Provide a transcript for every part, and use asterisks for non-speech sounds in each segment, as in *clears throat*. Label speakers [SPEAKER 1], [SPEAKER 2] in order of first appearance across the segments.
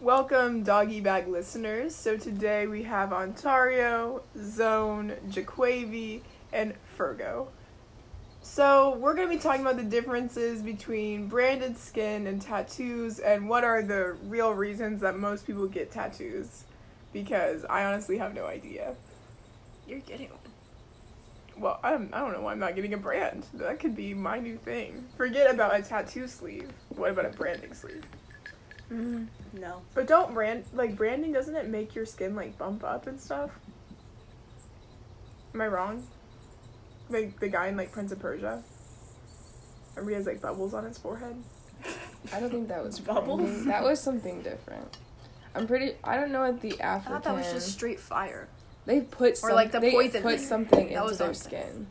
[SPEAKER 1] Welcome, doggy bag listeners. So today we have Ontario, Zone, Jaquavi, and Fergo. So we're going to be talking about the differences between branded skin and tattoos and what are the real reasons that most people get tattoos because I honestly have no idea.
[SPEAKER 2] You're getting one.
[SPEAKER 1] Well, I'm, I don't know why I'm not getting a brand. That could be my new thing. Forget about a tattoo sleeve. What about a branding sleeve?
[SPEAKER 2] Mm-hmm. *laughs* No.
[SPEAKER 1] But don't brand like branding doesn't it make your skin like bump up and stuff? Am I wrong? Like the guy in like Prince of Persia. Remember he has like bubbles on his forehead.
[SPEAKER 3] I don't think that was
[SPEAKER 2] Bubbles?
[SPEAKER 3] branding. That was something different. I'm pretty. I don't know what the
[SPEAKER 2] I
[SPEAKER 3] African.
[SPEAKER 2] thought that was just straight fire.
[SPEAKER 3] they put some,
[SPEAKER 2] or, like, the
[SPEAKER 3] they
[SPEAKER 2] poison
[SPEAKER 3] put
[SPEAKER 2] thing.
[SPEAKER 3] something
[SPEAKER 2] That
[SPEAKER 3] into
[SPEAKER 2] was
[SPEAKER 3] their
[SPEAKER 2] something.
[SPEAKER 3] skin.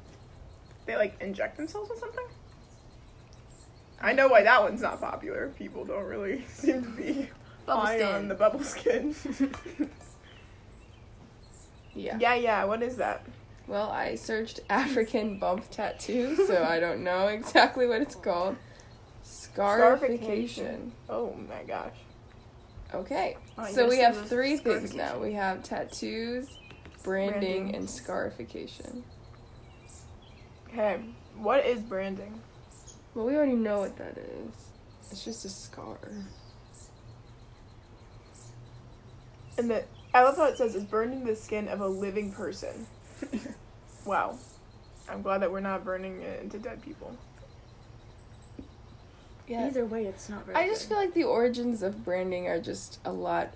[SPEAKER 1] They like inject themselves with something. I know why that one's not popular. People don't really *laughs* seem to be
[SPEAKER 2] Bubble
[SPEAKER 1] high
[SPEAKER 2] skin.
[SPEAKER 1] on the bubble
[SPEAKER 2] *laughs*
[SPEAKER 1] skin.
[SPEAKER 3] Yeah.
[SPEAKER 1] yeah, yeah. What is that?
[SPEAKER 3] Well, I searched *laughs* African bump tattoo, so I don't know exactly what it's called. Scarification.
[SPEAKER 1] Scarification. Oh my gosh.
[SPEAKER 3] Okay.
[SPEAKER 2] Oh, you
[SPEAKER 3] so
[SPEAKER 2] gotta
[SPEAKER 3] we
[SPEAKER 2] say
[SPEAKER 3] have
[SPEAKER 2] those
[SPEAKER 3] three things
[SPEAKER 2] scarification.
[SPEAKER 3] now. We have tattoos, branding,
[SPEAKER 1] Branding.
[SPEAKER 3] and scarification.
[SPEAKER 1] Okay, what is branding?
[SPEAKER 3] Well, we already know what that is. It's just a scar.
[SPEAKER 1] And the I love how it says it's burning the skin of a living person. *laughs* wow. I'm glad that we're not burning it into dead people.
[SPEAKER 3] Yeah.
[SPEAKER 2] Either way, it's not very
[SPEAKER 3] I just feel like the origins of branding are just a lot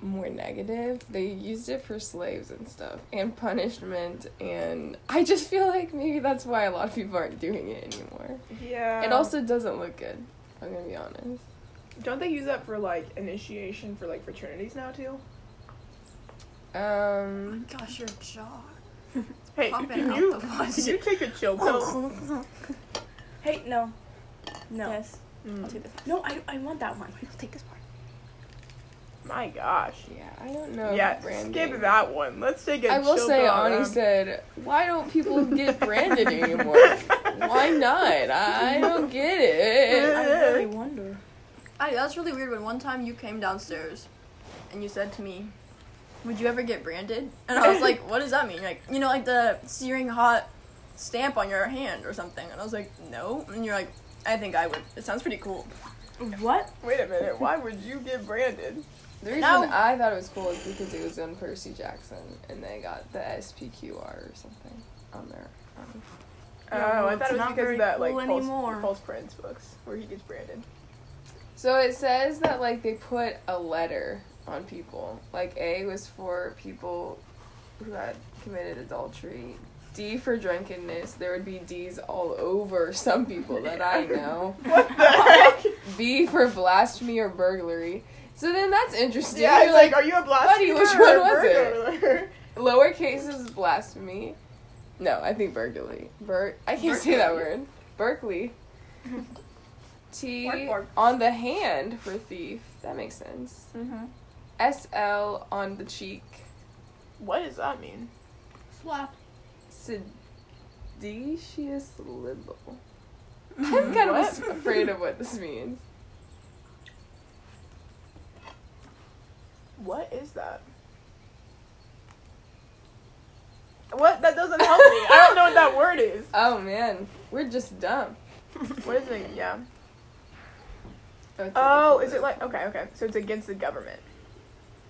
[SPEAKER 3] more negative. They used it for slaves and stuff and punishment and I just feel like maybe that's why a lot of people aren't doing it anymore.
[SPEAKER 1] Yeah.
[SPEAKER 3] It also doesn't look good. I'm gonna be honest.
[SPEAKER 1] don't they use that for like initiation for like fraternities now too?
[SPEAKER 3] Um
[SPEAKER 2] Gosh, your jaw.
[SPEAKER 1] Hey,
[SPEAKER 2] Popping
[SPEAKER 1] can
[SPEAKER 2] out
[SPEAKER 1] you
[SPEAKER 2] the water.
[SPEAKER 1] can you take a chill
[SPEAKER 3] *laughs*
[SPEAKER 1] pill?
[SPEAKER 3] Oh.
[SPEAKER 2] hey, no. No.
[SPEAKER 3] Yes.
[SPEAKER 2] I'll
[SPEAKER 1] Mm,
[SPEAKER 2] take this. No, I, I want that one. I'll take this part.
[SPEAKER 1] my gosh.
[SPEAKER 3] Yeah, I don't know. if
[SPEAKER 1] Yeah,
[SPEAKER 3] branding-
[SPEAKER 1] skip that one. Let's take a
[SPEAKER 3] Oh, I will
[SPEAKER 1] chill
[SPEAKER 3] say,
[SPEAKER 1] pill.
[SPEAKER 3] Ani
[SPEAKER 1] um,
[SPEAKER 3] said, "Why don't people
[SPEAKER 1] *laughs*
[SPEAKER 3] get branded anymore? Why not? I don't get it."
[SPEAKER 2] I *laughs*
[SPEAKER 1] Yeah.
[SPEAKER 2] really wonder. I, that's really weird when one time you came downstairs and you said to me, Would you ever get branded? And I was *laughs* like, What does that mean? You're like, you know, like the searing hot stamp on your hand or something. And I was like, No. And you're like, I think I would. It sounds pretty cool. What?
[SPEAKER 1] Wait a minute, why would you get branded?
[SPEAKER 3] The reason
[SPEAKER 2] No.
[SPEAKER 3] I thought it was cool is because it was on Percy Jackson, and they got the SPQR or something on Um, their arm.
[SPEAKER 1] Oh,
[SPEAKER 2] Yeah, well,
[SPEAKER 1] I
[SPEAKER 2] it's
[SPEAKER 1] thought it was
[SPEAKER 2] not
[SPEAKER 1] because
[SPEAKER 2] very
[SPEAKER 1] of that
[SPEAKER 2] cool
[SPEAKER 1] like false,
[SPEAKER 2] anymore.
[SPEAKER 1] false prints books where he gets branded.
[SPEAKER 3] So it says that like they put a letter on people. Like A was for people who had committed adultery. D for drunkenness. There would be D's all over some people that
[SPEAKER 1] *laughs*
[SPEAKER 3] I know.
[SPEAKER 1] What the
[SPEAKER 3] *laughs*
[SPEAKER 1] heck?
[SPEAKER 3] B for blasphemy or burglary. So then that's interesting.
[SPEAKER 1] Yeah, it's
[SPEAKER 3] You're
[SPEAKER 1] like,
[SPEAKER 3] like,
[SPEAKER 1] are you a blasphemer?
[SPEAKER 3] buddy, which
[SPEAKER 1] or
[SPEAKER 3] one
[SPEAKER 1] a
[SPEAKER 3] was it?
[SPEAKER 1] burglar?
[SPEAKER 3] lowercase is blasphemy. No, I think burglary. Bur- I can't say that
[SPEAKER 2] Berkeley.
[SPEAKER 3] word. Berkeley. T
[SPEAKER 2] Bark, bark.
[SPEAKER 3] on the hand for thief. That makes sense.
[SPEAKER 2] Mm-hmm.
[SPEAKER 3] SL on the cheek.
[SPEAKER 1] What does that mean?
[SPEAKER 2] Slap.
[SPEAKER 3] Seditious libel.
[SPEAKER 1] *laughs*
[SPEAKER 3] I'm kind of
[SPEAKER 1] What?
[SPEAKER 3] afraid of what this means.
[SPEAKER 1] What is that? What? That doesn't help me. I don't know what that word is.
[SPEAKER 3] Oh man, we're just dumb.
[SPEAKER 1] What is it? Yeah.
[SPEAKER 3] it's
[SPEAKER 1] Oh,
[SPEAKER 3] like-
[SPEAKER 1] is it like okay, okay? So it's against the government.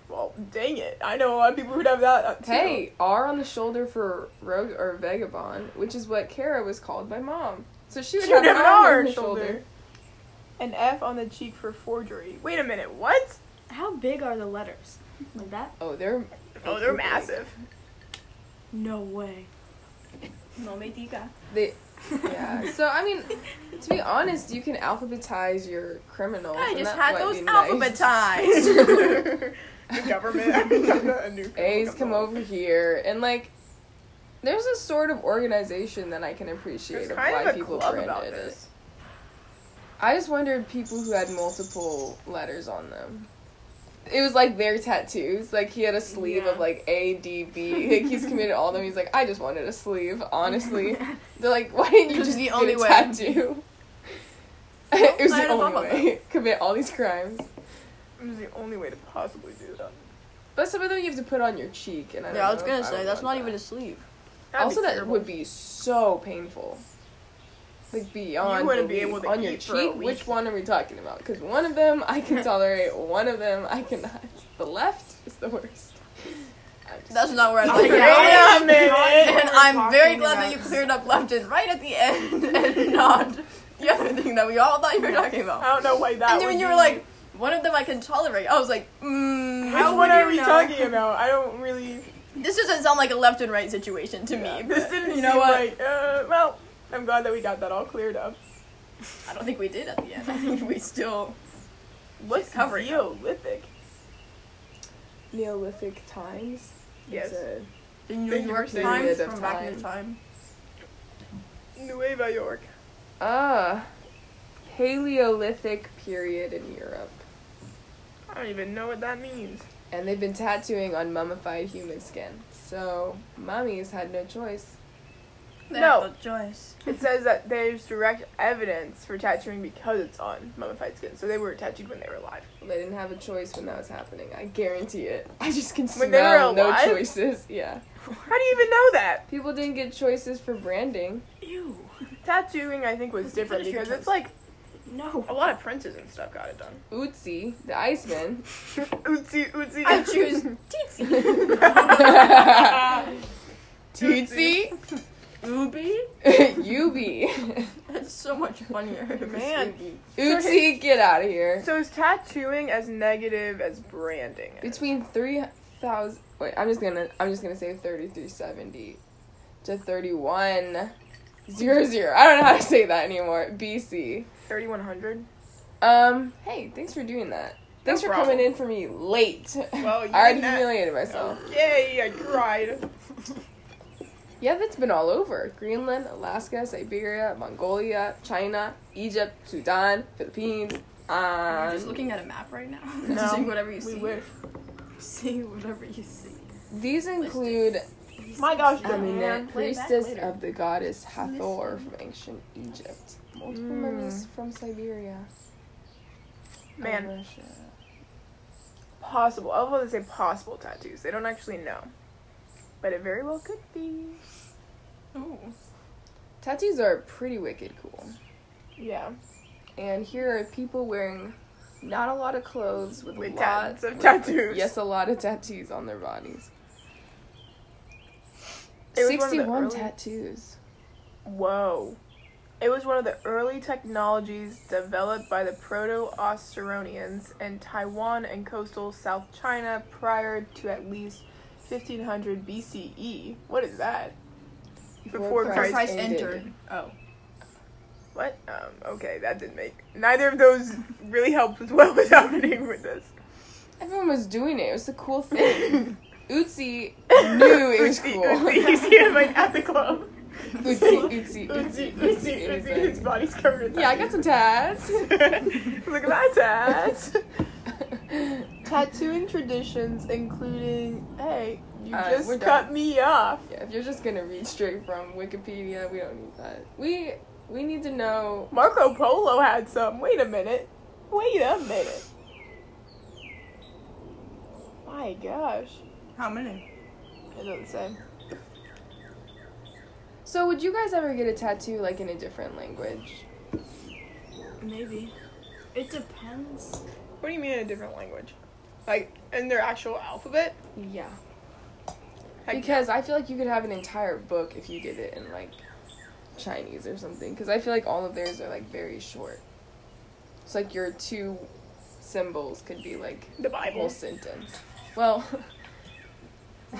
[SPEAKER 1] Well, dang it! I know a lot of people who'd have that uh, too.
[SPEAKER 3] Hey, R on the shoulder for rogue or vagabond, which is what Kara was called by mom. So she would
[SPEAKER 1] She would
[SPEAKER 3] have an R on
[SPEAKER 1] her
[SPEAKER 3] her shoulder.
[SPEAKER 1] An F on the cheek for forgery. Wait a minute, what?
[SPEAKER 4] How big are the letters? Like that?
[SPEAKER 3] Oh, they're
[SPEAKER 1] Oh, they're massive.
[SPEAKER 4] No way.
[SPEAKER 2] No me diga. *laughs*
[SPEAKER 3] They, yeah. *laughs* so I mean, to be honest, you can alphabetize your criminals.
[SPEAKER 2] I
[SPEAKER 3] and
[SPEAKER 2] just
[SPEAKER 3] that
[SPEAKER 2] had
[SPEAKER 3] might
[SPEAKER 2] those
[SPEAKER 3] be nice.
[SPEAKER 2] *laughs* alphabetized.
[SPEAKER 1] the government. *laughs* I mean, I'm not a new
[SPEAKER 3] A's come
[SPEAKER 1] over.
[SPEAKER 3] over here, and like, there's a sort of organization that I can appreciate
[SPEAKER 1] There's
[SPEAKER 3] of
[SPEAKER 1] kind
[SPEAKER 3] why
[SPEAKER 1] of a
[SPEAKER 3] people
[SPEAKER 1] club
[SPEAKER 3] branded
[SPEAKER 1] about
[SPEAKER 3] it.
[SPEAKER 1] this.
[SPEAKER 3] I just wondered people who had multiple letters on them. It was like their tattoos. Like he had a sleeve of
[SPEAKER 4] Yeah.
[SPEAKER 3] like A D B. Like he's committed all of them. He's like, I just wanted a sleeve, honestly.
[SPEAKER 2] *laughs*
[SPEAKER 3] They're like, why didn't you
[SPEAKER 2] This is
[SPEAKER 3] just
[SPEAKER 2] the
[SPEAKER 3] get
[SPEAKER 2] only
[SPEAKER 3] a
[SPEAKER 2] way. *laughs*
[SPEAKER 3] tattoo? it was
[SPEAKER 2] I
[SPEAKER 3] the
[SPEAKER 2] didn't
[SPEAKER 3] only
[SPEAKER 2] know about
[SPEAKER 3] way. Commit all these crimes.
[SPEAKER 1] It was the only way to possibly do that.
[SPEAKER 3] But some of them you have to put on your cheek, and I don't
[SPEAKER 2] Yeah, I
[SPEAKER 3] know
[SPEAKER 2] was
[SPEAKER 3] if
[SPEAKER 2] gonna
[SPEAKER 3] would
[SPEAKER 2] say that's not
[SPEAKER 3] want
[SPEAKER 2] even a
[SPEAKER 3] that.
[SPEAKER 2] sleeve.
[SPEAKER 1] That'd
[SPEAKER 3] also,
[SPEAKER 1] be
[SPEAKER 3] that
[SPEAKER 1] terrible. *laughs*
[SPEAKER 3] would be so painful. Like beyond.
[SPEAKER 1] You wouldn't be
[SPEAKER 3] belief.
[SPEAKER 1] able to
[SPEAKER 3] on your
[SPEAKER 1] eat for a
[SPEAKER 3] cheek.
[SPEAKER 1] week.
[SPEAKER 3] Which one are we talking about? Because one of them I
[SPEAKER 1] *laughs*
[SPEAKER 3] can tolerate. one of them I cannot. The left is the worst. I'm just-
[SPEAKER 2] That's not where I
[SPEAKER 1] Oh,
[SPEAKER 2] *laughs* thought you were
[SPEAKER 1] yeah.
[SPEAKER 2] going.
[SPEAKER 1] Wait a minute.
[SPEAKER 2] And I'm very
[SPEAKER 4] talking
[SPEAKER 2] glad that you *laughs*
[SPEAKER 4] about-
[SPEAKER 2] cleared up left and right at the end, *laughs* and not the other thing that we all thought you were talking about.
[SPEAKER 1] I don't know why that.
[SPEAKER 2] and then
[SPEAKER 1] would
[SPEAKER 2] when you
[SPEAKER 1] be-
[SPEAKER 2] were like, one of them I can tolerate, I was like, mm,
[SPEAKER 1] Which
[SPEAKER 2] would
[SPEAKER 1] one
[SPEAKER 2] you
[SPEAKER 1] are we
[SPEAKER 2] know?
[SPEAKER 1] talking about? I don't
[SPEAKER 2] *laughs*
[SPEAKER 1] really.
[SPEAKER 2] This doesn't sound like a left and right situation to
[SPEAKER 1] Yeah, *laughs*
[SPEAKER 2] me.
[SPEAKER 1] this
[SPEAKER 2] but
[SPEAKER 1] didn't
[SPEAKER 2] You know
[SPEAKER 1] seem
[SPEAKER 2] what?
[SPEAKER 1] like. Uh, well, I'm glad that we got that all cleared up.
[SPEAKER 2] I don't think we did at the end. I think we still.
[SPEAKER 1] What's
[SPEAKER 2] covering up.
[SPEAKER 1] Neolithic?
[SPEAKER 3] Neolithic times.
[SPEAKER 1] Yes.
[SPEAKER 3] It's a-
[SPEAKER 2] The New
[SPEAKER 1] Thank you
[SPEAKER 2] York
[SPEAKER 1] for saying
[SPEAKER 2] Times
[SPEAKER 3] it of
[SPEAKER 2] from back in the time.
[SPEAKER 1] Nueva York.
[SPEAKER 3] Ah, Paleolithic period in Europe.
[SPEAKER 1] I don't even know what that means.
[SPEAKER 3] And they've been tattooing on mummified human skin. So, mummies had no choice.
[SPEAKER 2] They
[SPEAKER 1] No.
[SPEAKER 2] had choice.
[SPEAKER 1] It says that there's direct evidence for tattooing because it's on mummified skin, so they were tattooed when they were alive.
[SPEAKER 3] They didn't have a choice when that was happening. I guarantee it. I just can smell
[SPEAKER 1] When they were
[SPEAKER 3] no
[SPEAKER 1] alive?
[SPEAKER 3] choices. Yeah.
[SPEAKER 1] How do you even know that?
[SPEAKER 3] People didn't get choices for branding.
[SPEAKER 4] Ew.
[SPEAKER 1] Tattooing, I think, was different
[SPEAKER 2] finish your
[SPEAKER 1] because it's
[SPEAKER 2] toast.
[SPEAKER 1] like
[SPEAKER 4] No.
[SPEAKER 1] a lot of princes and stuff got
[SPEAKER 2] *laughs*
[SPEAKER 1] it done.
[SPEAKER 3] Ootsie,
[SPEAKER 1] *laughs*
[SPEAKER 3] the Iceman. *laughs*
[SPEAKER 1] ootsie, ootsie.
[SPEAKER 2] *laughs*
[SPEAKER 1] *laughs*
[SPEAKER 2] I choose Tootsie. *laughs*
[SPEAKER 3] Tootsie?
[SPEAKER 2] Uh, Ubi?
[SPEAKER 1] *laughs*
[SPEAKER 3] Yubi.
[SPEAKER 2] That's so much funnier. if it's
[SPEAKER 1] Man.
[SPEAKER 2] Ubi.
[SPEAKER 3] Ootsie, get out of here.
[SPEAKER 1] So is tattooing as negative as branding?
[SPEAKER 3] Between 3,000. Wait, I'm just gonna. I'm just gonna say 3370 to 31. Zero zero. I don't know how to say that anymore. BC.
[SPEAKER 1] 3100?
[SPEAKER 3] Um. Hey, thanks for doing that. Thanks for
[SPEAKER 1] problem.
[SPEAKER 3] coming in for me late.
[SPEAKER 1] Well, you
[SPEAKER 3] *laughs* I already
[SPEAKER 1] did not-
[SPEAKER 3] humiliated myself.
[SPEAKER 1] Yay, I
[SPEAKER 2] *laughs*
[SPEAKER 1] cried.
[SPEAKER 3] Yeah, that's been all over Greenland, Alaska, Siberia, Mongolia, China, Egypt, Sudan, Philippines.
[SPEAKER 2] Are you
[SPEAKER 3] Um,
[SPEAKER 2] just looking at a map right now? *laughs*
[SPEAKER 1] No,
[SPEAKER 2] Seeing whatever you
[SPEAKER 1] we
[SPEAKER 2] see. *laughs*
[SPEAKER 1] wish.
[SPEAKER 4] See whatever you see.
[SPEAKER 3] these include
[SPEAKER 1] My gosh,
[SPEAKER 2] Um,
[SPEAKER 3] Aminet,
[SPEAKER 1] Japan.
[SPEAKER 2] play back
[SPEAKER 3] priestess
[SPEAKER 2] later.
[SPEAKER 3] of the goddess Hathor from ancient Egypt, Hmm. multiple mummies from Siberia, and
[SPEAKER 1] Man,
[SPEAKER 3] Russia.
[SPEAKER 1] possible. I was about to say possible tattoos. They don't actually know. But it very well could be.
[SPEAKER 2] Ooh.
[SPEAKER 3] Tattoos are pretty wicked cool.
[SPEAKER 1] Yeah.
[SPEAKER 3] And here are people wearing not a lot of clothes with,
[SPEAKER 1] With
[SPEAKER 3] lots
[SPEAKER 1] tats of tattoos.
[SPEAKER 3] Yes, a lot of tattoos on their bodies.
[SPEAKER 1] It was one of the
[SPEAKER 3] 61
[SPEAKER 1] early-
[SPEAKER 3] tattoos.
[SPEAKER 1] Whoa. It was one of the early technologies developed by the Proto Austronians in Taiwan and coastal South China prior to at least 1500 BCE. E. What is that? Before Christ
[SPEAKER 2] Christ entered. Oh.
[SPEAKER 1] What? Um, okay, that didn't make. Neither of those really helped with *laughs* what was happening with
[SPEAKER 3] *laughs*
[SPEAKER 1] this.
[SPEAKER 3] Everyone was doing it. It was
[SPEAKER 1] *laughs*
[SPEAKER 3] the cool thing. Ootsie knew it was
[SPEAKER 1] Ootsie,
[SPEAKER 3] cool. *laughs*
[SPEAKER 1] Ootsie, you see him like at the club.
[SPEAKER 3] Ootsie,
[SPEAKER 1] Ootsie,
[SPEAKER 3] ootsie, *laughs* ootsie,
[SPEAKER 1] ootsie,
[SPEAKER 3] It was
[SPEAKER 1] ootsie. His
[SPEAKER 3] like,
[SPEAKER 1] body's covered. in
[SPEAKER 3] Yeah, I got some tats.
[SPEAKER 1] tattoos. Look at my
[SPEAKER 3] *laughs*
[SPEAKER 1] tats. Tattooing traditions, including hey, you
[SPEAKER 3] Uh,
[SPEAKER 1] just
[SPEAKER 3] we're
[SPEAKER 1] cut
[SPEAKER 3] done.
[SPEAKER 1] me off.
[SPEAKER 3] yeah, if you're just gonna read straight from Wikipedia, we don't need that. We we need to know.
[SPEAKER 1] Marco Polo had some. Wait a minute. Wait a minute. My gosh.
[SPEAKER 2] How many?
[SPEAKER 1] It doesn't say.
[SPEAKER 3] So, would you guys ever get a tattoo like in a different language?
[SPEAKER 4] Maybe. It depends.
[SPEAKER 1] What do you mean in a different language? Like in their actual alphabet?
[SPEAKER 3] Yeah.
[SPEAKER 1] Like,
[SPEAKER 3] Because I feel like you could have an entire book if you did it in like Chinese or something. Because I feel like all of theirs are like very short. It's like your two symbols could be like
[SPEAKER 1] the
[SPEAKER 3] a whole
[SPEAKER 1] Bible.
[SPEAKER 3] sentence. Well, *laughs*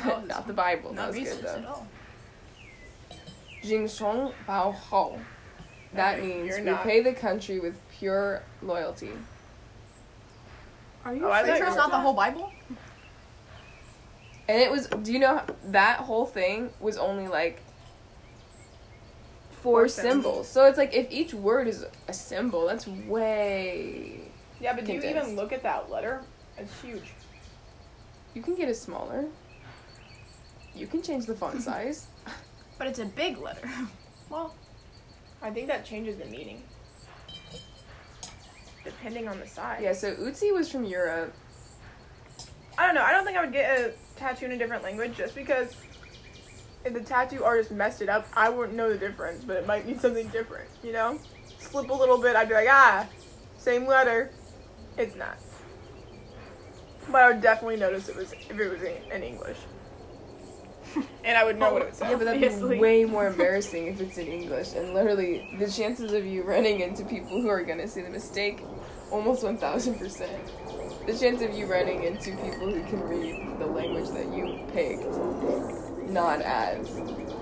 [SPEAKER 2] Well,
[SPEAKER 3] not the Bible.
[SPEAKER 2] Not
[SPEAKER 3] that was good
[SPEAKER 2] racist at
[SPEAKER 3] though.
[SPEAKER 2] all.
[SPEAKER 3] Jing Song Bao Hao. That
[SPEAKER 1] Okay,
[SPEAKER 3] means
[SPEAKER 1] you're
[SPEAKER 3] we
[SPEAKER 1] not-
[SPEAKER 3] pay the country with pure loyalty.
[SPEAKER 4] Are you
[SPEAKER 1] Oh, I
[SPEAKER 2] Are
[SPEAKER 4] afraid
[SPEAKER 2] you
[SPEAKER 1] thought
[SPEAKER 2] sure
[SPEAKER 1] you
[SPEAKER 2] it's
[SPEAKER 1] were-
[SPEAKER 2] not the whole Bible?
[SPEAKER 3] And it was, do you know, that whole thing was only like four,
[SPEAKER 1] Four
[SPEAKER 3] symbols. So it's like if each word is a symbol, that's way.
[SPEAKER 1] Yeah, but do you
[SPEAKER 3] condensed.
[SPEAKER 1] even look at that letter? It's huge.
[SPEAKER 3] You can get it smaller. You can change the font size.
[SPEAKER 2] But it's a big letter. *laughs*
[SPEAKER 1] Well, I think that changes the meaning. depending on the size.
[SPEAKER 3] Yeah, so Utsi was from Europe.
[SPEAKER 1] I don't know. I don't think I would get a tattoo in a different language just because if the tattoo artist messed it up, I wouldn't know the difference, but it might mean something different, you know? Slip a little bit, I'd be like, ah, same letter. It's not. But I would definitely notice it was if it was in, in
[SPEAKER 3] *laughs*
[SPEAKER 1] English. and I would know what it
[SPEAKER 3] Yeah,
[SPEAKER 1] said.
[SPEAKER 3] but that'd
[SPEAKER 4] Obviously.
[SPEAKER 3] be way more embarrassing if it's in English. And literally, the chances of you running into people who are gonna see the mistake, almost one thousand percent. The chance of you running into people who can read the language that you picked, not as.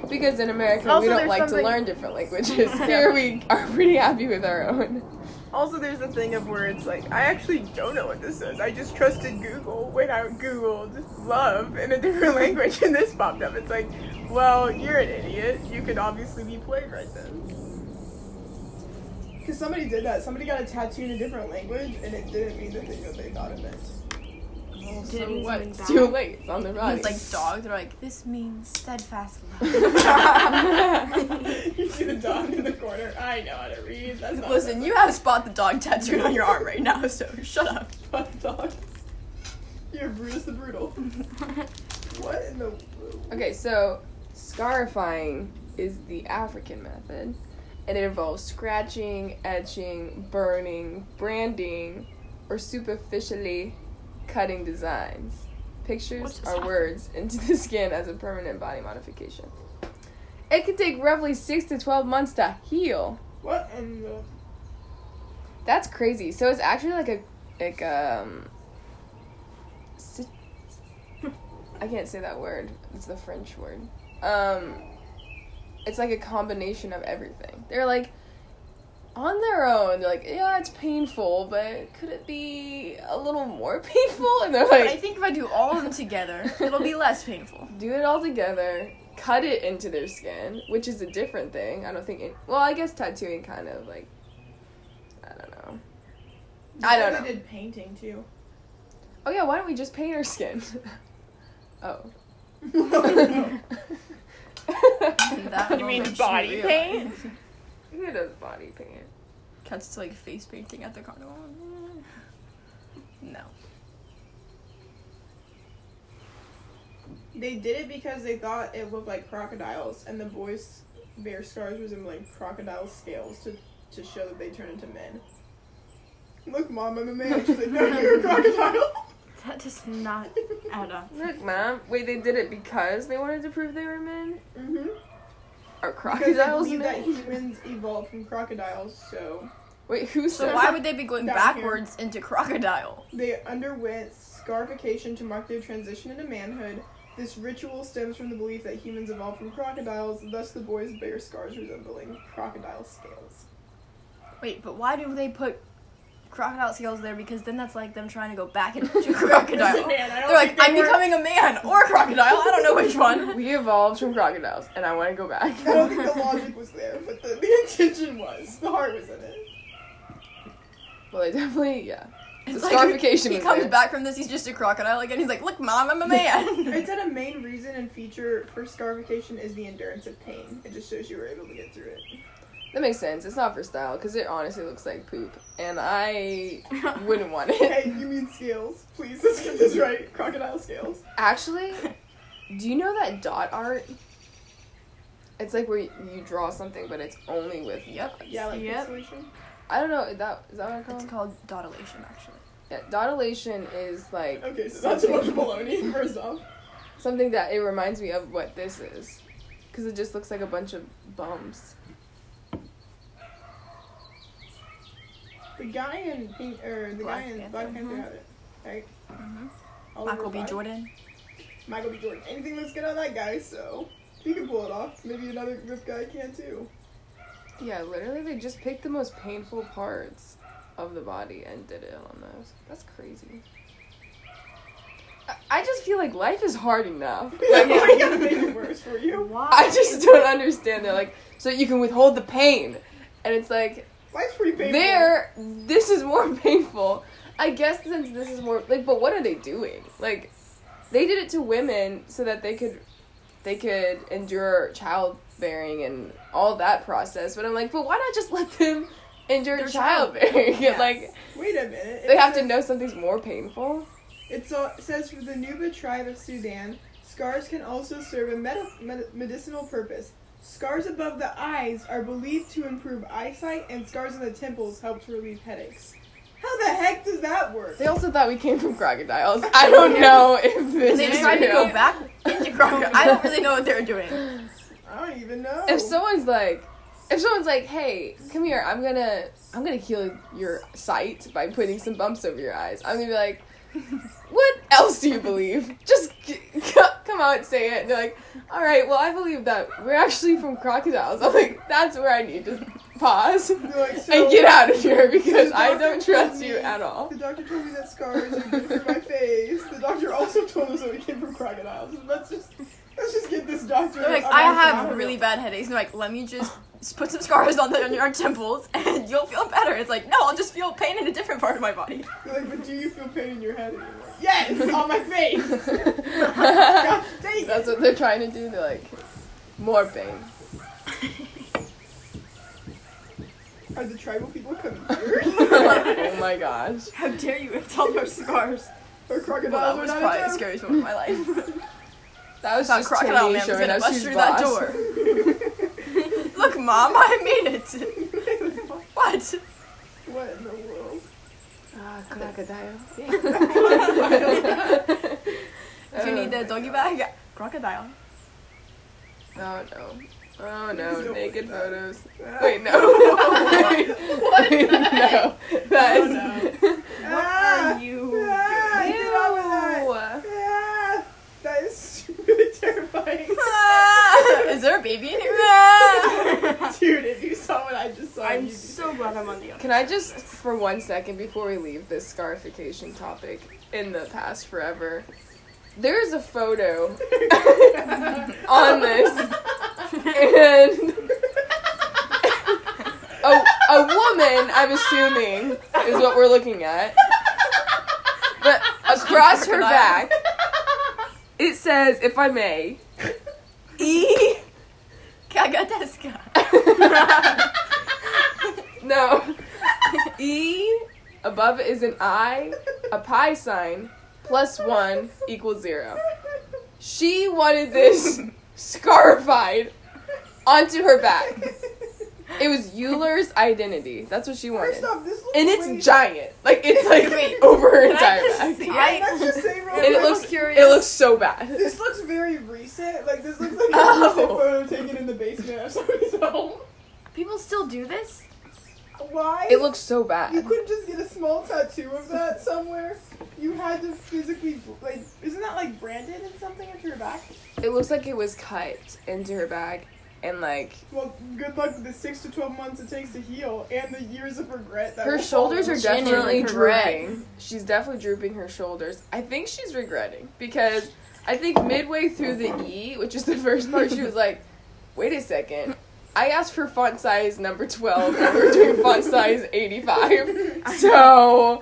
[SPEAKER 3] Because in America,
[SPEAKER 1] Also,
[SPEAKER 3] we don't
[SPEAKER 1] there's
[SPEAKER 3] like
[SPEAKER 1] something-
[SPEAKER 3] to learn
[SPEAKER 1] *laughs*
[SPEAKER 3] different languages. Here, we are pretty happy with our own.
[SPEAKER 1] Also, there's the thing of where it's like, I actually don't know what this is. I just trusted Google when I Googled love in a different *laughs* language and this popped up. It's like, well, you're an idiot. You could obviously be plagiarizing. Because somebody did that. Somebody got a tattoo in a different language and it didn't mean the thing that they thought it meant. *laughs*
[SPEAKER 4] Did it
[SPEAKER 3] So
[SPEAKER 4] mean
[SPEAKER 3] what?
[SPEAKER 4] something
[SPEAKER 3] It's
[SPEAKER 4] bad?
[SPEAKER 3] too late. It's on the
[SPEAKER 2] And
[SPEAKER 3] body.
[SPEAKER 2] It's like dog. They're like, this means steadfast love.
[SPEAKER 3] *laughs*
[SPEAKER 1] *laughs* you see the dog in the corner. I know how to read. That's not
[SPEAKER 2] *laughs* Listen, you have spot the dog tattooed on your arm right now, so *laughs* shut up.
[SPEAKER 1] Fuck dog. You're Brutus the Brutal. what in the
[SPEAKER 3] Okay, so scarifying is the African method, and it involves scratching, etching, burning, branding, or superficially cutting designs,
[SPEAKER 4] What
[SPEAKER 3] pictures,
[SPEAKER 4] is
[SPEAKER 3] or
[SPEAKER 4] that?
[SPEAKER 3] words into the skin as a permanent body modification. It can take roughly six to twelve months to heal.
[SPEAKER 1] What in the
[SPEAKER 3] That's crazy. So it's actually like a like um. sit- *laughs* I can't say that word. It's the French word. Um, it's like a combination of everything. They're like on their own. They're like, yeah, it's painful, but could it be a little more *laughs* painful? And they're
[SPEAKER 2] But I
[SPEAKER 3] like,
[SPEAKER 2] think if I do all of them together, it'll be less painful.
[SPEAKER 3] do it all together, cut it into their skin, which is a different thing. I don't think. It, well, I guess tattooing kind of like. I don't know. I don't know.
[SPEAKER 1] They did painting too.
[SPEAKER 3] Oh yeah, why don't we just paint
[SPEAKER 1] *laughs*
[SPEAKER 3] our skin? oh.
[SPEAKER 2] That *laughs*
[SPEAKER 1] You mean
[SPEAKER 2] moment she
[SPEAKER 1] body
[SPEAKER 2] realized-
[SPEAKER 1] paint?
[SPEAKER 3] Who does body paint?
[SPEAKER 2] Cuts to like face painting at the carnival. No.
[SPEAKER 1] They did it because they thought it looked like crocodiles, and the boys' bear scars resembling crocodile scales to to show that they turn into men. Look, mom, I'm a man. She's like, no,
[SPEAKER 3] *laughs*
[SPEAKER 1] you're a crocodile.
[SPEAKER 4] That does not add up.
[SPEAKER 3] Look, mom. Wait, they did it because they wanted to prove they were men?
[SPEAKER 1] *laughs* mm-hmm.
[SPEAKER 3] Are
[SPEAKER 1] Because they
[SPEAKER 3] crocodiles
[SPEAKER 1] believe that
[SPEAKER 3] men?
[SPEAKER 1] humans evolved from crocodiles, so
[SPEAKER 3] Wait, who
[SPEAKER 2] So
[SPEAKER 3] said
[SPEAKER 2] why would they be going
[SPEAKER 1] Down
[SPEAKER 2] backwards into crocodile?
[SPEAKER 1] They underwent scarification to mark their transition into manhood. This ritual stems from the belief that humans evolved from crocodiles, thus the boys bear scars resembling crocodile scales.
[SPEAKER 2] Wait, but why do they put crocodile scales there? Because then that's like them trying to go back into crocodile.
[SPEAKER 1] Man, I don't
[SPEAKER 2] They're like,
[SPEAKER 1] think they
[SPEAKER 2] I'm
[SPEAKER 1] were- *laughs*
[SPEAKER 2] becoming a man or a crocodile. I don't know which
[SPEAKER 3] *laughs*
[SPEAKER 2] one.
[SPEAKER 3] We evolved from crocodiles, and I want to go back.
[SPEAKER 1] I
[SPEAKER 3] *laughs*
[SPEAKER 1] don't think the logic was there, but the, the intention was. The heart was in it.
[SPEAKER 3] well, they definitely, yeah.
[SPEAKER 2] It's Like,
[SPEAKER 3] scarification
[SPEAKER 2] he
[SPEAKER 3] was
[SPEAKER 2] comes
[SPEAKER 3] there.
[SPEAKER 2] back from this, he's just a crocodile again. He's like, look, mom, I'm a man.
[SPEAKER 1] It said a main reason and feature for scarification is the endurance of pain. It just shows you were able to get through it.
[SPEAKER 3] That makes sense. It's not for style, because it honestly looks like poop, and
[SPEAKER 1] *laughs*
[SPEAKER 3] I wouldn't want it.
[SPEAKER 1] Hey, you mean scales? Please, let's get this right. Crocodile scales.
[SPEAKER 2] *laughs*
[SPEAKER 3] Actually, do you know that dot art? It's like where you you draw something, but it's only with.
[SPEAKER 2] yep.
[SPEAKER 1] Yeah, like
[SPEAKER 4] Yep.
[SPEAKER 1] pixelation.
[SPEAKER 3] I don't know. Is that is that what it's called?
[SPEAKER 2] It's called dotillation, actually.
[SPEAKER 3] yeah, dotillation is like
[SPEAKER 1] Okay, so that's a bunch of baloney, first off.
[SPEAKER 3] something that it reminds me of what this is, because it just looks like a bunch of bumps.
[SPEAKER 1] The guy in Pink, or the
[SPEAKER 2] Black
[SPEAKER 1] guy in
[SPEAKER 2] Panther.
[SPEAKER 1] Black Panther had it, right? Mm-hmm.
[SPEAKER 2] Mhm.
[SPEAKER 1] Oliver
[SPEAKER 2] Michael B.
[SPEAKER 1] Platt.
[SPEAKER 2] Jordan.
[SPEAKER 1] Michael B. Jordan. Anything looks good on that guy, so he can pull it off. Maybe another riff guy can too.
[SPEAKER 3] Yeah, literally, they just picked the most painful parts of the body and did it on those. That's crazy. I, I just feel like life is hard enough.
[SPEAKER 1] *laughs* Like, we gotta
[SPEAKER 3] *laughs*
[SPEAKER 1] make it worse for you.
[SPEAKER 4] Why?
[SPEAKER 3] I just don't understand. They're like, so you can withhold the pain, and it's like.
[SPEAKER 1] Life's pretty painful.
[SPEAKER 3] There, this is more *laughs* painful. I guess since this is more like, but what are they doing? Like, they did it to women so that they could, they could endure childbearing and all that process. But I'm like, but why not just let them and your
[SPEAKER 2] Their
[SPEAKER 3] *laughs* childbearing.
[SPEAKER 2] childbearing,
[SPEAKER 3] like
[SPEAKER 1] Wait a minute.
[SPEAKER 3] they
[SPEAKER 1] It
[SPEAKER 3] have to
[SPEAKER 1] says-
[SPEAKER 3] know something's more painful.
[SPEAKER 1] It so, says for the Nuba tribe of Sudan, scars can also serve a medi- med- medicinal purpose. Scars above the eyes are believed to improve eyesight, and scars on the temples help to relieve headaches. How the heck does that work?
[SPEAKER 3] They also thought we came from crocodiles. I *laughs* don't know if this
[SPEAKER 2] And they *laughs*
[SPEAKER 3] is
[SPEAKER 2] tried to
[SPEAKER 3] real.
[SPEAKER 2] go back into Crocker. *laughs* I don't really know what they're doing.
[SPEAKER 1] I don't even know.
[SPEAKER 3] If someone's like, if someone's like, "Hey, come here. I'm gonna, I'm gonna heal your sight by putting some bumps over your eyes." I'm gonna
[SPEAKER 2] *laughs*
[SPEAKER 3] be like, "What else do you believe? Just g- come out and say it." And they're like, "All right. Well, I believe that we're actually from crocodiles." I'm like, "That's where I need to
[SPEAKER 2] *laughs*
[SPEAKER 3] pause
[SPEAKER 1] They're like,
[SPEAKER 3] and get out of here because
[SPEAKER 1] the
[SPEAKER 3] I
[SPEAKER 1] doctor
[SPEAKER 3] don't trust
[SPEAKER 1] told
[SPEAKER 3] you
[SPEAKER 1] me-
[SPEAKER 2] *laughs*
[SPEAKER 3] at all."
[SPEAKER 1] The doctor told me that scars are good for my face. The doctor also told us that we came from crocodiles. Let's just let's just get this doctor.
[SPEAKER 2] They're like,
[SPEAKER 1] on
[SPEAKER 2] I
[SPEAKER 1] our
[SPEAKER 2] have
[SPEAKER 1] side."
[SPEAKER 2] really bad headaches. And they're like, let me just s- put some scars on, the, on your temples *laughs* and you'll feel better. It's like, no, I'll just feel pain in a different part of my
[SPEAKER 3] *laughs*
[SPEAKER 2] body.
[SPEAKER 1] They're like, but do you feel pain in your head anymore? Yes, on my face.
[SPEAKER 3] *laughs*
[SPEAKER 1] God
[SPEAKER 3] That's
[SPEAKER 1] dang it.
[SPEAKER 3] what they're trying to do. They're like,
[SPEAKER 2] *laughs*
[SPEAKER 3] more pain. *laughs*
[SPEAKER 1] Are the tribal people coming here?
[SPEAKER 3] *laughs* oh my gosh.
[SPEAKER 2] How dare you tell our scars?
[SPEAKER 1] or
[SPEAKER 2] Well,
[SPEAKER 1] crocodiles
[SPEAKER 2] that
[SPEAKER 1] are
[SPEAKER 2] was
[SPEAKER 1] not
[SPEAKER 2] probably
[SPEAKER 1] a
[SPEAKER 2] the
[SPEAKER 1] joke?
[SPEAKER 2] scariest moment of my
[SPEAKER 3] *laughs*
[SPEAKER 2] life.
[SPEAKER 3] That was
[SPEAKER 2] That
[SPEAKER 3] just
[SPEAKER 2] crocodile
[SPEAKER 3] crocodile
[SPEAKER 2] man was
[SPEAKER 3] showing
[SPEAKER 2] gonna
[SPEAKER 3] us
[SPEAKER 2] bust
[SPEAKER 3] who's
[SPEAKER 2] through
[SPEAKER 3] boss.
[SPEAKER 2] that door.
[SPEAKER 3] *laughs*
[SPEAKER 2] Look, mom, I made it. What?
[SPEAKER 1] *laughs* what in the world?
[SPEAKER 3] Ah, crocodile.
[SPEAKER 2] Do you need the doggy bag? Crocodile.
[SPEAKER 3] Oh no.
[SPEAKER 1] *laughs*
[SPEAKER 3] Oh
[SPEAKER 1] Please
[SPEAKER 3] no,
[SPEAKER 1] don't
[SPEAKER 3] naked
[SPEAKER 1] look at
[SPEAKER 3] photos. *laughs*
[SPEAKER 1] Oh.
[SPEAKER 3] Wait, no. *laughs* what
[SPEAKER 1] *laughs*
[SPEAKER 3] no. That is. *laughs*
[SPEAKER 1] Ah,
[SPEAKER 4] Are you?
[SPEAKER 1] ah,
[SPEAKER 3] Ew.
[SPEAKER 1] get on
[SPEAKER 3] *laughs*
[SPEAKER 1] with that. Ah, that is *laughs* really terrifying.
[SPEAKER 3] *laughs*
[SPEAKER 2] Ah, Is there a baby in here?
[SPEAKER 1] *laughs*
[SPEAKER 2] Ah.
[SPEAKER 1] Dude, if you saw what I just saw,
[SPEAKER 4] I'm
[SPEAKER 1] you'd be-
[SPEAKER 4] so glad I'm
[SPEAKER 1] *laughs*
[SPEAKER 4] on the other. *laughs*
[SPEAKER 3] Can I just, for one second, before we leave this scarification topic in the past forever, there's a photo on this, and
[SPEAKER 1] *laughs*
[SPEAKER 3] a, a woman, I'm assuming, is what we're looking at.
[SPEAKER 2] *laughs*
[SPEAKER 3] But *laughs* across her back, it says, if I may,
[SPEAKER 2] *laughs* E. Kagadeska.
[SPEAKER 3] *laughs*
[SPEAKER 2] *laughs*
[SPEAKER 3] no, E, above it is an I, a pi sign, plus one equals zero. She
[SPEAKER 2] *laughs*
[SPEAKER 3] wanted this scarified onto her back. It was Euler's identity. That's what she wanted.
[SPEAKER 1] First off, this looks
[SPEAKER 3] And
[SPEAKER 1] crazy. *laughs*
[SPEAKER 3] it's giant. Like it's
[SPEAKER 2] *laughs*
[SPEAKER 3] like
[SPEAKER 2] Wait,
[SPEAKER 3] over her
[SPEAKER 2] Can I
[SPEAKER 3] entire
[SPEAKER 2] just
[SPEAKER 3] back.
[SPEAKER 2] see?
[SPEAKER 1] Can
[SPEAKER 2] I,
[SPEAKER 1] I just say real
[SPEAKER 3] And it
[SPEAKER 1] quick?
[SPEAKER 3] looks
[SPEAKER 2] curious.
[SPEAKER 3] it looks so bad.
[SPEAKER 1] This looks very recent. Like this looks *laughs* like a
[SPEAKER 3] Oh.
[SPEAKER 1] recent photo taken in the basement of somebody's home.
[SPEAKER 4] People still do this?
[SPEAKER 1] Why?
[SPEAKER 3] It looks so
[SPEAKER 1] You
[SPEAKER 3] bad.
[SPEAKER 1] couldn't just get a small tattoo of that somewhere. You had to physically like. Isn't that like branded in something into your back?
[SPEAKER 3] It looks like it was cut into her back and like
[SPEAKER 1] Well, good luck with the six to twelve months it takes to heal and the years of regret. That
[SPEAKER 3] her
[SPEAKER 1] will
[SPEAKER 3] shoulders are
[SPEAKER 1] follow.
[SPEAKER 2] Genuine
[SPEAKER 3] definitely
[SPEAKER 2] regret.
[SPEAKER 3] drooping. She's definitely drooping her shoulders. I think she's regretting because I think midway through the E, which is the first part, she was like, "Wait a second. I asked for font size number 12 and we're doing font size
[SPEAKER 1] *laughs*
[SPEAKER 3] 85. So,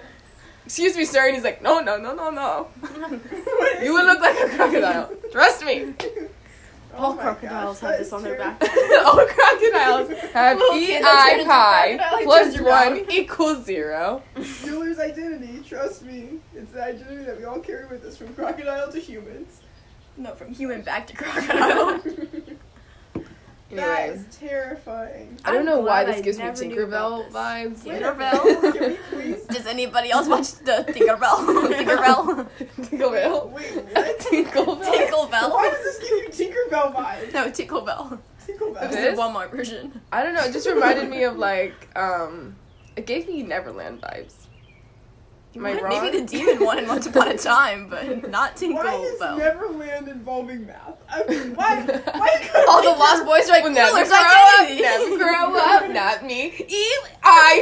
[SPEAKER 3] excuse me, sir." And he's like, "No, no, no, no, no.
[SPEAKER 1] What is
[SPEAKER 3] You would
[SPEAKER 1] it?
[SPEAKER 3] look like a crocodile. Trust me.
[SPEAKER 1] Oh
[SPEAKER 4] All
[SPEAKER 1] my
[SPEAKER 4] crocodiles
[SPEAKER 1] gosh,
[SPEAKER 4] have
[SPEAKER 1] that
[SPEAKER 4] this
[SPEAKER 1] is
[SPEAKER 4] on their
[SPEAKER 1] terrible.
[SPEAKER 3] *laughs*
[SPEAKER 4] back.
[SPEAKER 3] All crocodiles have
[SPEAKER 2] Little
[SPEAKER 3] E
[SPEAKER 2] kid that turned
[SPEAKER 3] I
[SPEAKER 2] into a crocodile,
[SPEAKER 3] pi
[SPEAKER 2] he
[SPEAKER 3] plus
[SPEAKER 2] turns around.
[SPEAKER 3] one equals zero.
[SPEAKER 1] *laughs* Euler's identity. Trust me, it's the identity that we all carry with us from crocodile to humans.
[SPEAKER 2] no, from human back to crocodile.
[SPEAKER 1] *laughs*
[SPEAKER 2] *laughs*
[SPEAKER 1] That
[SPEAKER 3] Anyways.
[SPEAKER 1] is terrifying.
[SPEAKER 3] I don't know
[SPEAKER 4] I'm
[SPEAKER 3] why
[SPEAKER 4] glad
[SPEAKER 3] this
[SPEAKER 4] I
[SPEAKER 3] gives me
[SPEAKER 4] never knew
[SPEAKER 3] Tinkerbell
[SPEAKER 4] about
[SPEAKER 3] vibes.
[SPEAKER 1] Wait a
[SPEAKER 2] Tinkerbell.
[SPEAKER 1] minute, Can we
[SPEAKER 2] *laughs*
[SPEAKER 1] please?
[SPEAKER 2] Does anybody else watch the *laughs*
[SPEAKER 3] *laughs*
[SPEAKER 2] Tinkerbell? Tinkerbell?
[SPEAKER 3] Tinkerbell.
[SPEAKER 1] Wait, what?
[SPEAKER 3] Tinkerbell.
[SPEAKER 1] Why
[SPEAKER 2] Tinklebell?
[SPEAKER 1] does this give you Tinkerbell vibes?
[SPEAKER 2] No, Tinklebell. It was
[SPEAKER 1] Tinkerbell.
[SPEAKER 2] the
[SPEAKER 3] This?
[SPEAKER 2] Walmart version.
[SPEAKER 3] I don't know. It just reminded me of like, um, it gave me Neverland vibes. Am I
[SPEAKER 2] What?
[SPEAKER 3] wrong?
[SPEAKER 2] Maybe the
[SPEAKER 3] *laughs*
[SPEAKER 2] demon one in Once Upon a Time, but not
[SPEAKER 1] Why is
[SPEAKER 2] Tinklebell.
[SPEAKER 1] Neverland involving math? I mean, why? Why could
[SPEAKER 2] All the lost boys are like,
[SPEAKER 3] Will
[SPEAKER 2] Euler's
[SPEAKER 3] grow up,
[SPEAKER 2] identity!
[SPEAKER 3] never
[SPEAKER 2] *laughs*
[SPEAKER 3] grow up, not me. E I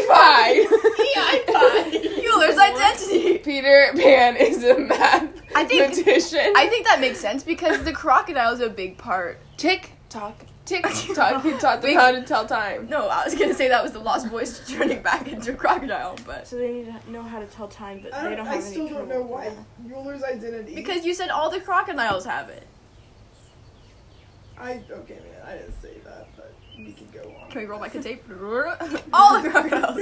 [SPEAKER 1] *laughs*
[SPEAKER 3] *laughs*
[SPEAKER 1] I
[SPEAKER 2] Euler's identity!
[SPEAKER 3] Peter Pan is a math
[SPEAKER 2] I think-
[SPEAKER 3] magician.
[SPEAKER 2] I think that makes sense because the crocodile is a big part.
[SPEAKER 3] tick tock, tick tock. He
[SPEAKER 2] *laughs*
[SPEAKER 3] taught them
[SPEAKER 2] Wait.
[SPEAKER 3] how to tell time.
[SPEAKER 2] No, I was gonna say that was the Lost Boys turning back into a crocodile, but.
[SPEAKER 4] So they need to know how to tell time, but
[SPEAKER 1] I
[SPEAKER 4] they
[SPEAKER 1] don't.
[SPEAKER 4] don't
[SPEAKER 1] I
[SPEAKER 4] have any
[SPEAKER 1] still don't know
[SPEAKER 4] trouble with
[SPEAKER 1] why
[SPEAKER 4] that.
[SPEAKER 1] Euler's identity.
[SPEAKER 2] Because you said all the crocodiles have it.
[SPEAKER 1] I okay, man. I didn't say that, but we could go on.
[SPEAKER 2] Can we roll
[SPEAKER 1] *laughs*
[SPEAKER 2] back the *laughs* tape? All the *laughs* crocodiles.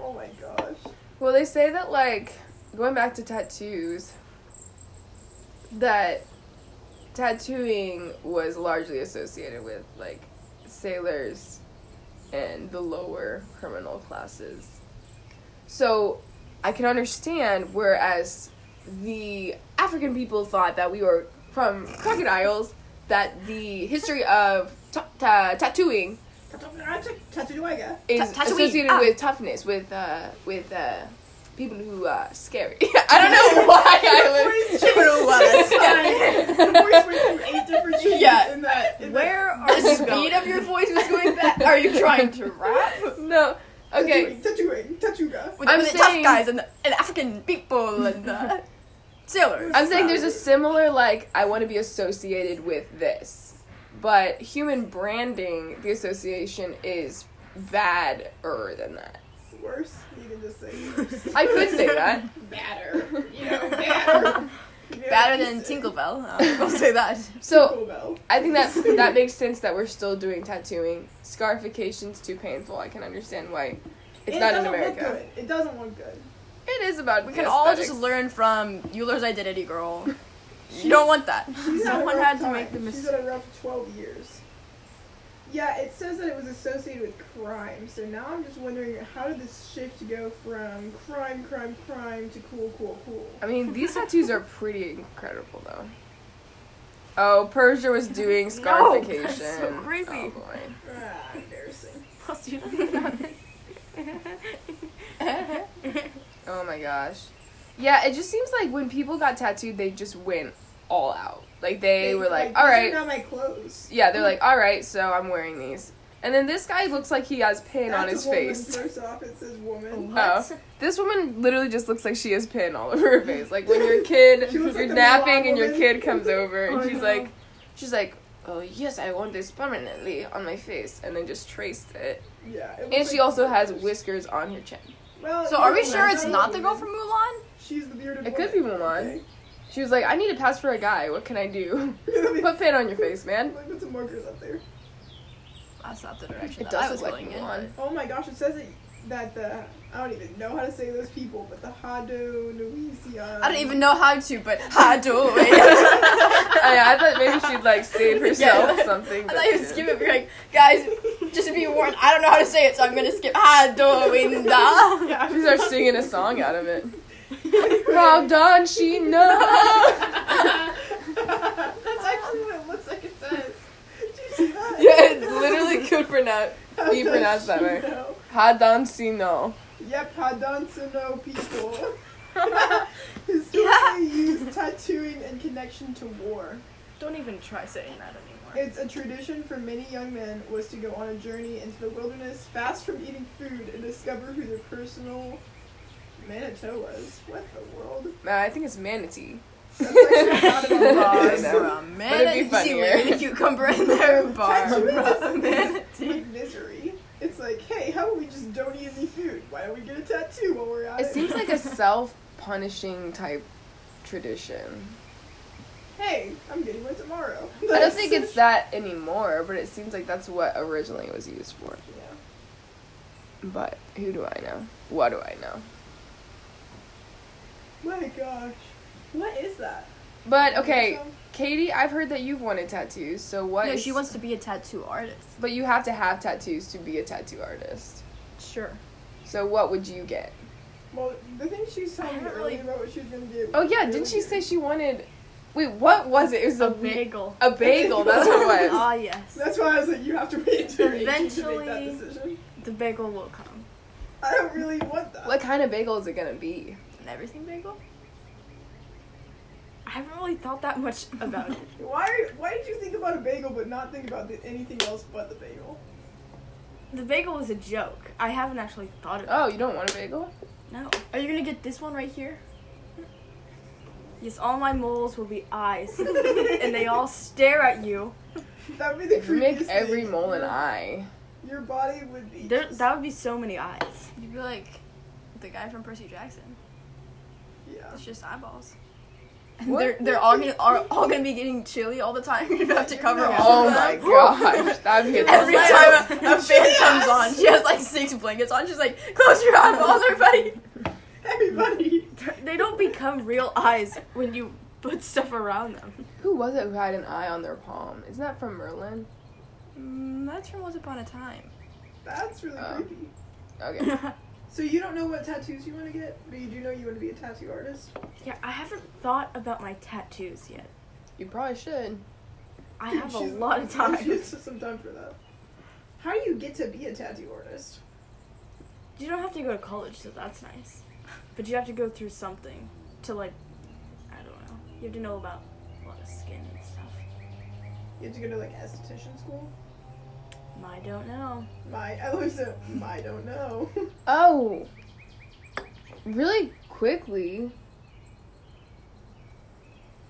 [SPEAKER 1] oh my gosh.
[SPEAKER 3] Well, they say that like going back to tattoos, that tattooing was largely associated with like sailors and the lower criminal classes. So I can understand whereas the African people thought that we were from crocodiles, that the history of ta- ta- tattooing
[SPEAKER 1] Tattooing.
[SPEAKER 3] is
[SPEAKER 2] Ta- Tatooine,
[SPEAKER 3] associated
[SPEAKER 2] ah.
[SPEAKER 3] with toughness, with uh, with uh, people who are scary. *laughs* I don't know why I
[SPEAKER 1] Where's Chipotle lettuce?
[SPEAKER 3] was.
[SPEAKER 1] We're switching from eight different shades
[SPEAKER 2] Yeah.
[SPEAKER 1] in that. In
[SPEAKER 2] Where
[SPEAKER 1] that. *laughs*
[SPEAKER 2] are the speed of your voice was going back? Are you trying to rap?
[SPEAKER 3] no, okay.
[SPEAKER 1] Tattooing, tattooing, tattooga.
[SPEAKER 2] With,
[SPEAKER 3] I'm
[SPEAKER 2] with the
[SPEAKER 3] saying-
[SPEAKER 2] tough guys and, the, and African people and the sailors.
[SPEAKER 3] I'm saying there's a similar like I want to be associated with this, but human branding, the association is badder than that.
[SPEAKER 1] Worse? You can just say worse.
[SPEAKER 3] I could say that.
[SPEAKER 1] Badder. You
[SPEAKER 2] *laughs*
[SPEAKER 1] know, badder. You know,
[SPEAKER 2] *laughs* Better
[SPEAKER 1] you
[SPEAKER 2] than
[SPEAKER 1] say-
[SPEAKER 2] Tinkerbell. Uh, I'll say that.
[SPEAKER 3] So
[SPEAKER 1] Tinkerbell.
[SPEAKER 3] I think that that makes sense that we're still doing tattooing. Scarification's too painful. I can understand why it's
[SPEAKER 1] it
[SPEAKER 3] not in
[SPEAKER 1] doesn't
[SPEAKER 3] America.
[SPEAKER 1] Look good. It doesn't look good.
[SPEAKER 3] It is about.
[SPEAKER 2] We can all just learn from Euler's identity, girl. You don't want that.
[SPEAKER 1] She's had a
[SPEAKER 4] Someone
[SPEAKER 1] rough
[SPEAKER 4] had to make the
[SPEAKER 1] time. She's
[SPEAKER 2] *laughs*
[SPEAKER 1] had a rough 12 years. Yeah, it says that it was associated with crime. So now I'm just wondering how did this shift go from crime, crime, crime to cool, cool, cool?
[SPEAKER 3] I mean, these tattoos are pretty incredible, though. Oh, Persia was doing scarification.
[SPEAKER 4] so crazy.
[SPEAKER 3] Oh, boy.
[SPEAKER 1] Ah, embarrassing.
[SPEAKER 3] Oh my gosh. Yeah, it just seems like when people got tattooed, they just went all out. Like they, were like,
[SPEAKER 1] "These
[SPEAKER 3] all
[SPEAKER 1] are
[SPEAKER 3] right.
[SPEAKER 1] not my clothes.
[SPEAKER 3] Yeah, they're like, all right. So I'm wearing these. And then this guy looks like he has pin
[SPEAKER 1] That's
[SPEAKER 3] on his
[SPEAKER 1] a woman.
[SPEAKER 3] face.
[SPEAKER 1] First off, it says woman.
[SPEAKER 3] Oh. This woman literally just looks like she has pin all *laughs* over her face. Like when your kid,
[SPEAKER 1] She
[SPEAKER 3] you're
[SPEAKER 1] looks like the
[SPEAKER 3] napping
[SPEAKER 1] Milan
[SPEAKER 3] and your
[SPEAKER 1] woman.
[SPEAKER 3] kid comes over and
[SPEAKER 4] Oh,
[SPEAKER 3] she's
[SPEAKER 4] no.
[SPEAKER 3] like, she's like, oh yes, I want this permanently on my face, and then just traced it.
[SPEAKER 1] Yeah. it looks
[SPEAKER 3] And she
[SPEAKER 1] like-
[SPEAKER 3] also has whiskers on her chin.
[SPEAKER 1] Well,
[SPEAKER 2] So
[SPEAKER 1] you
[SPEAKER 2] are
[SPEAKER 1] know,
[SPEAKER 2] we
[SPEAKER 1] that's
[SPEAKER 2] sure it's
[SPEAKER 1] a
[SPEAKER 2] not the girl
[SPEAKER 1] woman.
[SPEAKER 2] from Mulan?
[SPEAKER 1] She's the bearded.
[SPEAKER 3] It could be Mulan. She was like, I need to pass for a guy. What can
[SPEAKER 1] *laughs*
[SPEAKER 3] I do? Put pin on your face, man.
[SPEAKER 1] Put some markers up there.
[SPEAKER 2] That's not the direction
[SPEAKER 3] It
[SPEAKER 2] that I
[SPEAKER 3] does
[SPEAKER 2] was
[SPEAKER 3] look like
[SPEAKER 2] going in.
[SPEAKER 3] Mulan.
[SPEAKER 1] Oh my gosh! It says it, that the I don't even know how to say those people, but the Hado Nuisia.
[SPEAKER 2] I
[SPEAKER 1] *laughs*
[SPEAKER 2] don't even know how to, but *laughs* how do it? *laughs*
[SPEAKER 3] I, I thought maybe she'd
[SPEAKER 1] *laughs*
[SPEAKER 3] like save herself
[SPEAKER 2] Yeah.
[SPEAKER 3] something.
[SPEAKER 2] I
[SPEAKER 3] but
[SPEAKER 2] thought you
[SPEAKER 3] she
[SPEAKER 2] would
[SPEAKER 3] didn't.
[SPEAKER 2] skip it. You're like, guys, just be warned. I don't know how to say it, so I'm gonna skip. How do we know?
[SPEAKER 1] Yeah,
[SPEAKER 3] She
[SPEAKER 1] *laughs*
[SPEAKER 3] starts singing a song out of it. How done
[SPEAKER 1] *laughs*
[SPEAKER 3] she know?
[SPEAKER 1] That's
[SPEAKER 3] *laughs*
[SPEAKER 1] actually what it looks like. It says. Did you see that?
[SPEAKER 3] Yeah,
[SPEAKER 1] *laughs*
[SPEAKER 3] it literally could pronounce.
[SPEAKER 1] How
[SPEAKER 3] you
[SPEAKER 1] does
[SPEAKER 3] pronounce that
[SPEAKER 1] she
[SPEAKER 3] right.
[SPEAKER 1] know?
[SPEAKER 3] Hadan Sino.
[SPEAKER 1] Yep, Hadansino
[SPEAKER 2] *laughs*
[SPEAKER 1] people. *laughs* Historically used tattooing in connection to war.
[SPEAKER 4] Don't even try saying that anymore.
[SPEAKER 1] It's a tradition for many young men was to go on a journey into the wilderness, fast from eating food, and discover who their personal manitou was. What the world?
[SPEAKER 3] Uh, I think it's manatee.
[SPEAKER 1] That's actually
[SPEAKER 3] *laughs*
[SPEAKER 2] *laughs*
[SPEAKER 1] not in the
[SPEAKER 3] I
[SPEAKER 1] laws.
[SPEAKER 2] Bars
[SPEAKER 3] know.
[SPEAKER 1] *laughs*
[SPEAKER 2] are a
[SPEAKER 3] But it'd
[SPEAKER 2] man
[SPEAKER 3] be funnier.
[SPEAKER 2] and a cucumber in their bar.
[SPEAKER 3] *laughs*
[SPEAKER 1] Tattooing
[SPEAKER 2] are a
[SPEAKER 1] doesn't
[SPEAKER 2] man.
[SPEAKER 1] With misery. It's like, hey, how about we just don't eat any food? Why don't we get a tattoo while we're at it?
[SPEAKER 3] It seems like *laughs* a self punishing type tradition.
[SPEAKER 1] *laughs* hey, I'm getting one tomorrow.
[SPEAKER 3] I don't think it's that anymore, but it seems like that's what originally it was used for.
[SPEAKER 1] *laughs* Yeah.
[SPEAKER 3] But who do I know? What do I know?
[SPEAKER 1] My gosh. What is that?
[SPEAKER 3] But okay, Katie, I've heard that you've wanted tattoos, so what?
[SPEAKER 2] No,
[SPEAKER 3] is-
[SPEAKER 2] she wants to be a tattoo artist.
[SPEAKER 3] But you have to have tattoos to be a tattoo artist.
[SPEAKER 2] Sure.
[SPEAKER 3] So what would you get?
[SPEAKER 1] Well, the thing she was telling me
[SPEAKER 4] I don't
[SPEAKER 1] earlier
[SPEAKER 4] really-
[SPEAKER 1] about what she was gonna do.
[SPEAKER 3] Oh
[SPEAKER 1] was
[SPEAKER 3] yeah,
[SPEAKER 1] really
[SPEAKER 3] didn't she
[SPEAKER 1] weird.
[SPEAKER 3] say she wanted? Wait, what was it? It was a,
[SPEAKER 4] A bagel.
[SPEAKER 3] A bagel. That's what it was.
[SPEAKER 2] *laughs*
[SPEAKER 4] Ah, yes.
[SPEAKER 1] That's why I was like, you have to wait until you're 18 to make that
[SPEAKER 4] Eventually-
[SPEAKER 1] decision.
[SPEAKER 4] The bagel will come.
[SPEAKER 1] I don't really want that.
[SPEAKER 3] What kind of bagel is it gonna be?
[SPEAKER 2] An everything bagel?
[SPEAKER 4] I haven't really thought that much about it.
[SPEAKER 1] Why? Why did you think about a bagel but not think about the, anything else but the bagel?
[SPEAKER 4] The bagel was a joke. I haven't actually thought about
[SPEAKER 3] Oh, you don't want a bagel?
[SPEAKER 4] it. No.
[SPEAKER 2] Are you gonna get this one right here?
[SPEAKER 4] Yes, all my moles will be eyes, *laughs* and they all stare at you.
[SPEAKER 1] That would be the
[SPEAKER 3] If you make
[SPEAKER 1] creepiest
[SPEAKER 3] every
[SPEAKER 1] thing.
[SPEAKER 3] mole an
[SPEAKER 1] Your-
[SPEAKER 3] *laughs* eye.
[SPEAKER 1] Your body would be.
[SPEAKER 4] There,
[SPEAKER 1] just-
[SPEAKER 4] that would be so many eyes.
[SPEAKER 2] You'd be like the guy from Percy Jackson.
[SPEAKER 1] yeah. *laughs*
[SPEAKER 2] It's just eyeballs. And They're, they're all gonna are all gonna be getting chilly all the time. *laughs* You're gonna have to cover all
[SPEAKER 3] Oh
[SPEAKER 2] of
[SPEAKER 3] my
[SPEAKER 2] them.
[SPEAKER 3] *laughs* gosh, that'd
[SPEAKER 2] *laughs*
[SPEAKER 3] be
[SPEAKER 2] Every
[SPEAKER 3] hilarious.
[SPEAKER 2] time
[SPEAKER 4] *laughs*
[SPEAKER 2] a, a fan comes on, she has like six blankets on. She's like, "Close your eyeballs, everybody."
[SPEAKER 4] *laughs*
[SPEAKER 1] Everybody.
[SPEAKER 4] They don't become real eyes when you put stuff around them.
[SPEAKER 3] Who was it who had an eye on their palm? Isn't that from Merlin?
[SPEAKER 2] Mm, that's from Once Upon a
[SPEAKER 4] *laughs*
[SPEAKER 2] Time.
[SPEAKER 1] That's really
[SPEAKER 3] Oh.
[SPEAKER 4] Um,
[SPEAKER 1] creepy.
[SPEAKER 3] Okay. *laughs*
[SPEAKER 4] yeah,
[SPEAKER 1] So you don't know what tattoos you want to get, but you do know you want to be a tattoo artist.
[SPEAKER 4] I haven't thought about my tattoos yet.
[SPEAKER 3] You probably should.
[SPEAKER 2] *laughs*
[SPEAKER 4] I
[SPEAKER 1] *laughs*
[SPEAKER 4] have a
[SPEAKER 1] She's-
[SPEAKER 4] lot of time.
[SPEAKER 1] She has some time for that. How do you get to be a tattoo artist?
[SPEAKER 4] You don't have to go to college, so that's nice. But you have to go through something to like, I don't know. You have to know about a lot of skin and stuff.
[SPEAKER 1] You have to go to like esthetician school.
[SPEAKER 4] I don't know.
[SPEAKER 1] My I always say, I don't know. *laughs*
[SPEAKER 3] Oh. Really quickly.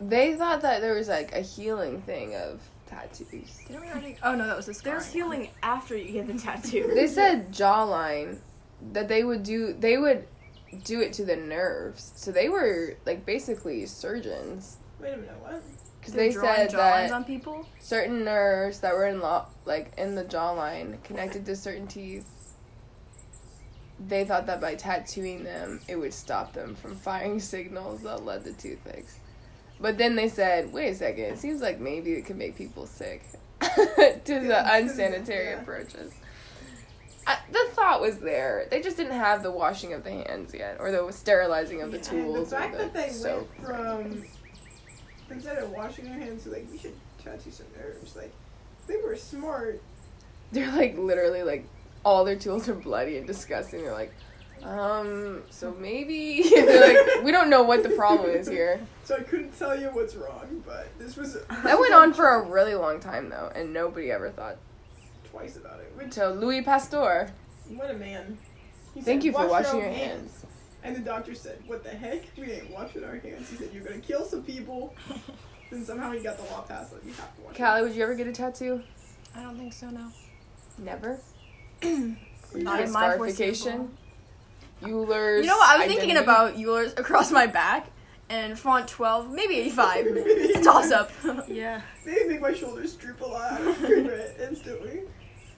[SPEAKER 3] They thought that there was like a healing thing of tattoos.
[SPEAKER 2] Didn't we already? Oh no, that was the scar.
[SPEAKER 4] There's healing after
[SPEAKER 2] *laughs*
[SPEAKER 4] you get the tattoo.
[SPEAKER 3] They said jawline that they would do they would do it to the nerves. So they were like basically surgeons
[SPEAKER 1] Wait a minute, what?
[SPEAKER 3] cuz
[SPEAKER 2] They're
[SPEAKER 3] they
[SPEAKER 2] drawing
[SPEAKER 3] said
[SPEAKER 2] jawlines
[SPEAKER 3] that
[SPEAKER 2] on people.
[SPEAKER 3] certain nerves that were in lo- like in the jawline connected to certain teeth. They thought that by tattooing them, it would stop them from *laughs* firing signals that led to toothaches. But then they said, "Wait a second, it seems like maybe it could make people sick *laughs* to the unsanitary
[SPEAKER 1] Yeah.
[SPEAKER 3] approaches." I, the thought was there. They just didn't have the washing of the hands yet, or the sterilizing of the
[SPEAKER 1] Yeah, and
[SPEAKER 3] tools,
[SPEAKER 1] The fact
[SPEAKER 3] or the
[SPEAKER 1] that they
[SPEAKER 3] soap.
[SPEAKER 1] went from instead of washing their hands, to, like we should tattoo some nerves. Like they were smart.
[SPEAKER 3] they're like literally like all their tools are bloody and disgusting. They're like, um, so maybe *laughs* they're like, we don't know what the problem is here.
[SPEAKER 1] So I couldn't tell you what's wrong, but this
[SPEAKER 3] *laughs*
[SPEAKER 1] was
[SPEAKER 3] That went on for a really long time though, and nobody ever thought.
[SPEAKER 1] twice about it. Which
[SPEAKER 3] So Louis Pasteur,
[SPEAKER 1] what a man. He
[SPEAKER 3] thank
[SPEAKER 1] said,
[SPEAKER 3] you for
[SPEAKER 1] "Wash
[SPEAKER 3] washing
[SPEAKER 1] own
[SPEAKER 3] your hands.
[SPEAKER 1] And the doctor said, What the heck? We ain't washing our hands. He said, You're gonna kill some
[SPEAKER 3] *laughs*
[SPEAKER 1] people. then somehow he got the law passed, like, you have to wash
[SPEAKER 3] Callie, would you ever get a tattoo?
[SPEAKER 2] I don't think so.
[SPEAKER 3] *clears throat*
[SPEAKER 2] No.
[SPEAKER 3] Never.
[SPEAKER 1] your
[SPEAKER 2] Not
[SPEAKER 1] hands.
[SPEAKER 2] in my
[SPEAKER 3] Scarification?
[SPEAKER 2] foreseeable.
[SPEAKER 3] Euler's.
[SPEAKER 2] You know what? I was thinking
[SPEAKER 3] identity.
[SPEAKER 2] about yours across my back and font 12, maybe 85.
[SPEAKER 3] *laughs*
[SPEAKER 1] *laughs*
[SPEAKER 2] It's a toss up.
[SPEAKER 4] yeah.
[SPEAKER 1] They make my shoulders droop a lot. I remember it instantly.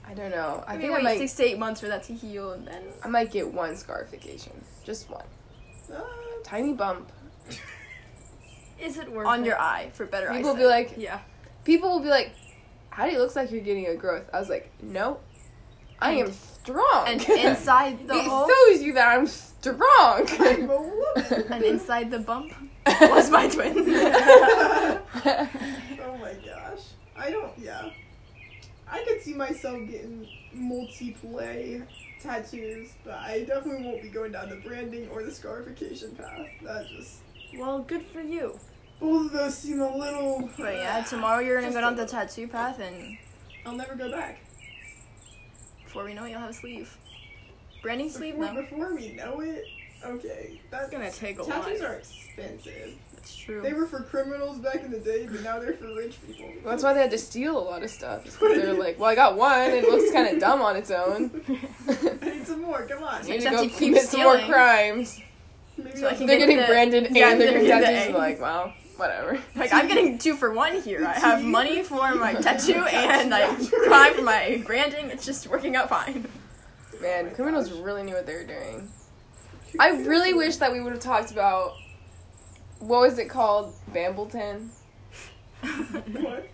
[SPEAKER 3] I don't know. I
[SPEAKER 2] I
[SPEAKER 3] think
[SPEAKER 2] think
[SPEAKER 3] I
[SPEAKER 2] wait
[SPEAKER 3] might.
[SPEAKER 2] six to eight months for that to heal and then.
[SPEAKER 3] I might get one scarification, just one,
[SPEAKER 1] Uh,
[SPEAKER 3] tiny bump.
[SPEAKER 4] Is it worth
[SPEAKER 2] On
[SPEAKER 4] it?
[SPEAKER 2] your eye for better eyesight.
[SPEAKER 3] People will be like,
[SPEAKER 4] *laughs* Yeah.
[SPEAKER 3] people will be like, "How do you look like you're getting a growth?" I was like, "No, I am strong." *laughs*
[SPEAKER 2] and inside the
[SPEAKER 3] it
[SPEAKER 2] hole,
[SPEAKER 3] shows you that I'm
[SPEAKER 1] I'm
[SPEAKER 3] strong. *laughs*
[SPEAKER 1] a woman.
[SPEAKER 2] and inside the bump was my twin.
[SPEAKER 1] oh my gosh. I don't, yeah. I could see myself getting multi play tattoos, but I definitely won't be going down the branding or the scarification path. That just.
[SPEAKER 4] Well, good for you.
[SPEAKER 1] Both of those seem a little.
[SPEAKER 2] but Oh, yeah, tomorrow you're gonna
[SPEAKER 1] Just
[SPEAKER 2] go down
[SPEAKER 1] a-
[SPEAKER 2] the tattoo path, and
[SPEAKER 1] uh, I'll never go back.
[SPEAKER 2] before we know it, you'll have a sleeve. Branding sleeve?
[SPEAKER 1] Before,
[SPEAKER 2] No.
[SPEAKER 1] before we know it, okay. That's
[SPEAKER 4] gonna take a
[SPEAKER 1] tattoos Tattoos
[SPEAKER 4] while.
[SPEAKER 1] are expensive.
[SPEAKER 2] That's
[SPEAKER 1] They
[SPEAKER 2] true.
[SPEAKER 1] were for criminals back in the day, but now they're for rich people.
[SPEAKER 3] That's why they had to steal a lot of stuff. is 'cause They're like, "Well, I got one. It looks kind of dumb on its
[SPEAKER 2] *laughs*
[SPEAKER 3] own." *laughs*
[SPEAKER 1] I need some more. Come on.
[SPEAKER 3] Need to
[SPEAKER 2] Except
[SPEAKER 3] go
[SPEAKER 2] you keep
[SPEAKER 3] commit some more
[SPEAKER 2] stealing.
[SPEAKER 3] crimes.
[SPEAKER 1] Maybe
[SPEAKER 2] So I
[SPEAKER 1] I'll-
[SPEAKER 2] can
[SPEAKER 3] They're
[SPEAKER 2] get
[SPEAKER 3] getting
[SPEAKER 2] the-
[SPEAKER 3] branded
[SPEAKER 2] yeah,
[SPEAKER 3] and they're
[SPEAKER 2] they're
[SPEAKER 3] getting
[SPEAKER 2] getting the
[SPEAKER 3] tattoos.
[SPEAKER 2] A.
[SPEAKER 3] Like, wow, whatever.
[SPEAKER 4] *laughs*
[SPEAKER 2] Like, I'm getting two for one here. I have money for my tattoo and I cry for my branding. It's just working out fine. *laughs*
[SPEAKER 3] Man,
[SPEAKER 2] Oh
[SPEAKER 1] my
[SPEAKER 3] criminals
[SPEAKER 1] gosh.
[SPEAKER 3] really knew what they were doing. I really wish that we would have talked about what was it called, Bambleton.
[SPEAKER 1] What?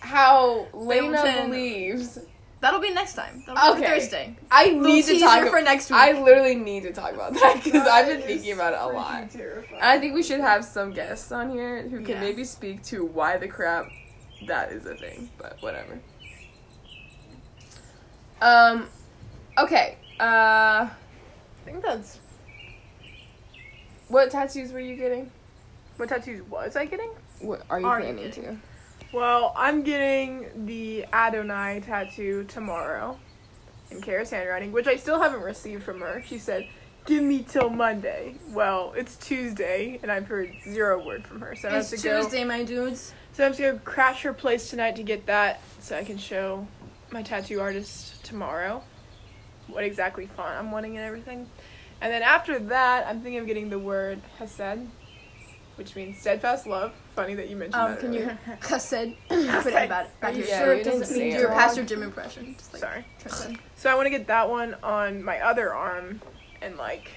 [SPEAKER 3] How Lena
[SPEAKER 2] Bambleton.
[SPEAKER 3] believes.
[SPEAKER 2] That'll be next time. That'll be for
[SPEAKER 3] Okay.
[SPEAKER 2] Thursday.
[SPEAKER 3] I
[SPEAKER 2] Little
[SPEAKER 3] need to
[SPEAKER 2] teaser
[SPEAKER 3] talk.
[SPEAKER 2] for next week.
[SPEAKER 3] I literally need to talk about that because I've
[SPEAKER 1] That
[SPEAKER 3] been
[SPEAKER 1] is
[SPEAKER 3] thinking about it a lot.
[SPEAKER 1] freaking terrifying.
[SPEAKER 3] And I think we should have some guests on here who can
[SPEAKER 2] Yeah.
[SPEAKER 3] maybe speak to why the crap that is a thing, but whatever. Um, okay. Uh,
[SPEAKER 1] I think that's.
[SPEAKER 3] what tattoos were you getting?
[SPEAKER 1] What tattoos was I getting?
[SPEAKER 3] What are you
[SPEAKER 2] Are you
[SPEAKER 3] planning to?
[SPEAKER 1] Well, I'm getting the Adonai tattoo tomorrow in Kara's handwriting, which I still haven't received from her. She said, Give me till Monday. Well, it's Tuesday, and I've heard zero word from her. So I have
[SPEAKER 2] It's
[SPEAKER 1] to go.
[SPEAKER 2] Tuesday, my dudes.
[SPEAKER 1] So I'm just gonna crash her place tonight to get that so I can show my tattoo artist tomorrow what exactly font I'm wanting and everything. And then after that, I'm thinking of getting the word Hesed, which means steadfast love. Funny that you mentioned
[SPEAKER 2] Um,
[SPEAKER 1] that.
[SPEAKER 2] can you
[SPEAKER 1] earlier.
[SPEAKER 2] cussed? Put it about it. Back
[SPEAKER 3] you
[SPEAKER 2] here.
[SPEAKER 3] sure it
[SPEAKER 2] it
[SPEAKER 3] doesn't
[SPEAKER 2] doesn't
[SPEAKER 3] mean
[SPEAKER 2] mean do your
[SPEAKER 3] dog?
[SPEAKER 2] past your gym impression. *laughs* Just like,
[SPEAKER 1] Sorry.
[SPEAKER 2] cussed.
[SPEAKER 1] So I want to get that one on my other arm, and like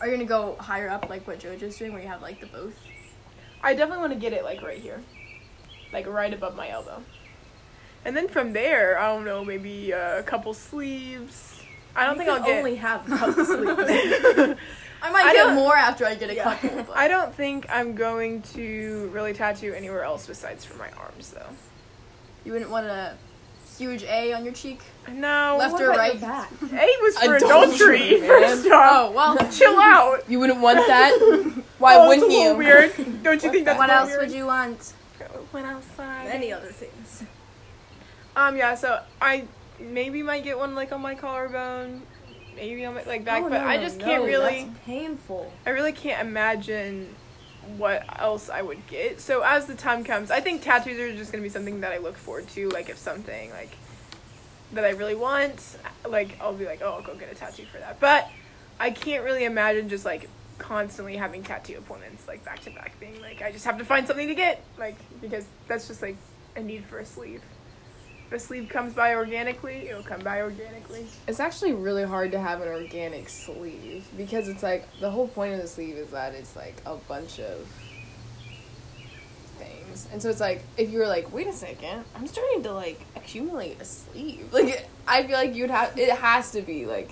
[SPEAKER 2] Are you gonna go higher up like what JoJo's doing, where you have like the both?
[SPEAKER 1] I definitely want to get it like right here, like right above my elbow. And then from there, I don't know, maybe uh, a couple sleeves. I don't
[SPEAKER 4] you
[SPEAKER 1] think I'll
[SPEAKER 4] can
[SPEAKER 1] get. *laughs*
[SPEAKER 4] only have cup sleeves.
[SPEAKER 2] I might
[SPEAKER 1] I
[SPEAKER 2] get
[SPEAKER 1] don't-
[SPEAKER 2] more after I get a
[SPEAKER 1] Yeah.
[SPEAKER 2] couple.
[SPEAKER 1] *laughs*
[SPEAKER 2] But
[SPEAKER 1] I don't think I'm going to really tattoo anywhere else besides for my arms, though.
[SPEAKER 2] You wouldn't want a huge A on your cheek,
[SPEAKER 1] No.
[SPEAKER 2] left
[SPEAKER 1] what
[SPEAKER 2] or
[SPEAKER 1] about-
[SPEAKER 2] right.
[SPEAKER 1] A
[SPEAKER 4] *laughs*
[SPEAKER 1] was for
[SPEAKER 3] Adultery,
[SPEAKER 1] adultery,
[SPEAKER 3] man.
[SPEAKER 1] first
[SPEAKER 2] Oh
[SPEAKER 1] off.
[SPEAKER 2] well.
[SPEAKER 1] Chill out.
[SPEAKER 3] You wouldn't want that? Why
[SPEAKER 1] oh,
[SPEAKER 3] wouldn't
[SPEAKER 1] it's a
[SPEAKER 3] you?
[SPEAKER 1] little
[SPEAKER 3] *laughs*
[SPEAKER 1] weird. Don't you think that's
[SPEAKER 2] what
[SPEAKER 4] *laughs*
[SPEAKER 1] a little
[SPEAKER 2] else
[SPEAKER 1] weird?
[SPEAKER 2] would you want?
[SPEAKER 1] Went outside.
[SPEAKER 4] Any other things.
[SPEAKER 1] Um, yeah, so I maybe might get one, like, on my collarbone. Maybe on my, like, back,
[SPEAKER 2] Oh,
[SPEAKER 4] No,
[SPEAKER 1] but
[SPEAKER 4] no,
[SPEAKER 1] I
[SPEAKER 4] no,
[SPEAKER 1] just
[SPEAKER 4] no,
[SPEAKER 1] can't really...
[SPEAKER 4] That's painful.
[SPEAKER 1] I really can't imagine what else I would get. So as the time comes, I think tattoos are just gonna be something that I look forward to. Like if something like that I really want, like I'll be like, oh, I'll go get a tattoo for that. But I can't really imagine just like constantly having tattoo appointments like back to back thing. Like I just have to find something to get, like because that's just like a need for a sleeve. If a sleeve comes by organically, it'll come by organically. *laughs*
[SPEAKER 3] It's actually really hard to have an organic sleeve because it's like the whole point of the sleeve is that it's like a bunch of things. And so it's like if you were like, wait a second, I'm starting to like accumulate a sleeve. *laughs* Like I feel like you'd have it has to be like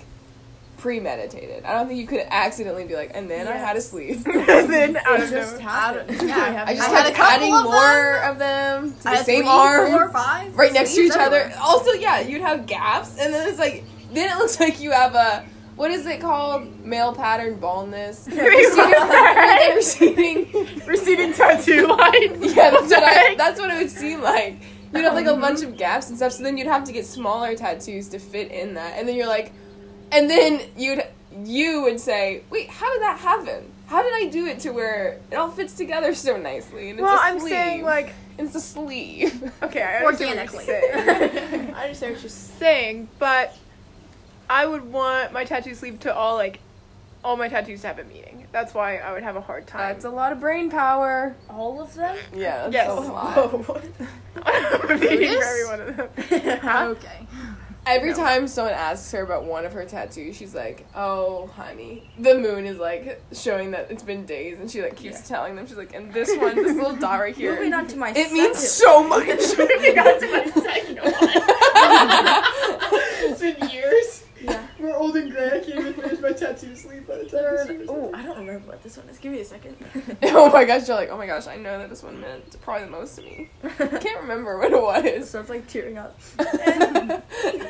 [SPEAKER 3] premeditated. I don't think you could accidentally be like, and then I
[SPEAKER 4] Yeah.
[SPEAKER 3] had a
[SPEAKER 1] *laughs*
[SPEAKER 3] sleeve. *laughs*
[SPEAKER 1] and then out of
[SPEAKER 4] just
[SPEAKER 1] nowhere-
[SPEAKER 4] happened.
[SPEAKER 2] I don't- yeah, I
[SPEAKER 4] have
[SPEAKER 3] I just
[SPEAKER 4] no-
[SPEAKER 2] had
[SPEAKER 3] kept
[SPEAKER 2] a couple
[SPEAKER 3] adding
[SPEAKER 2] of
[SPEAKER 3] more of them to the
[SPEAKER 2] I had
[SPEAKER 3] same
[SPEAKER 2] three,
[SPEAKER 3] arm
[SPEAKER 2] four, five,
[SPEAKER 3] right next to
[SPEAKER 2] sleeves
[SPEAKER 3] each other.
[SPEAKER 2] everywhere.
[SPEAKER 3] Also, yeah, you'd have gaps, and then it's like, then it looks *laughs* like you have a what is it called? Male pattern
[SPEAKER 1] *laughs*
[SPEAKER 3] baldness. receding, receding.
[SPEAKER 1] receding
[SPEAKER 3] *laughs*
[SPEAKER 1] tattoo line.
[SPEAKER 3] Yeah, that's what I. That's what it would seem like. You'd have like
[SPEAKER 1] Mm-hmm.
[SPEAKER 3] a bunch of gaps and stuff. So then you'd have to get smaller tattoos to fit in that, and then you're like, and then you'd you would say, wait, how did that happen? How did I do it to where it all fits together so nicely? And it's
[SPEAKER 1] Well,
[SPEAKER 3] a
[SPEAKER 1] I'm
[SPEAKER 3] sleeve.
[SPEAKER 1] saying like
[SPEAKER 3] It's
[SPEAKER 1] *laughs*
[SPEAKER 3] a sleeve. *laughs*
[SPEAKER 1] okay, I understand what
[SPEAKER 2] Organically.
[SPEAKER 1] you're saying. I understand what you're saying, but I would want my tattoo sleeve to all like all my tattoos to have a meaning. That's why I would have a hard time. *laughs*
[SPEAKER 3] That's Uh, a *laughs* lot of brain power.
[SPEAKER 4] All of them?
[SPEAKER 3] Yeah, that's
[SPEAKER 1] Yes. Oh,
[SPEAKER 3] a lot.
[SPEAKER 1] Repeating for
[SPEAKER 2] Notice?
[SPEAKER 1] every one of them. *laughs*
[SPEAKER 3] *laughs*
[SPEAKER 2] okay.
[SPEAKER 3] Every time someone asks her about one of her tattoos, she's like, "Oh, honey." The moon is like showing that it's been days, and she like keeps telling them. She's like, "And this one, this little
[SPEAKER 1] *laughs*
[SPEAKER 3] dot right here,
[SPEAKER 4] Moving on to my
[SPEAKER 3] it means
[SPEAKER 4] second-
[SPEAKER 3] so much." *laughs*
[SPEAKER 1] it's been years.
[SPEAKER 4] Yeah.
[SPEAKER 1] We're old and gray. I can't even finish my tattoo sleeve by the
[SPEAKER 4] *laughs* Third. Oh, I don't remember what this one is. Give me a *laughs* second.
[SPEAKER 3] oh my gosh, you're like, "Oh my gosh, I know that this one meant probably the most to me." I can't remember what it
[SPEAKER 1] *laughs*
[SPEAKER 3] was.
[SPEAKER 4] so it's like tearing *laughs* up.
[SPEAKER 3] Pass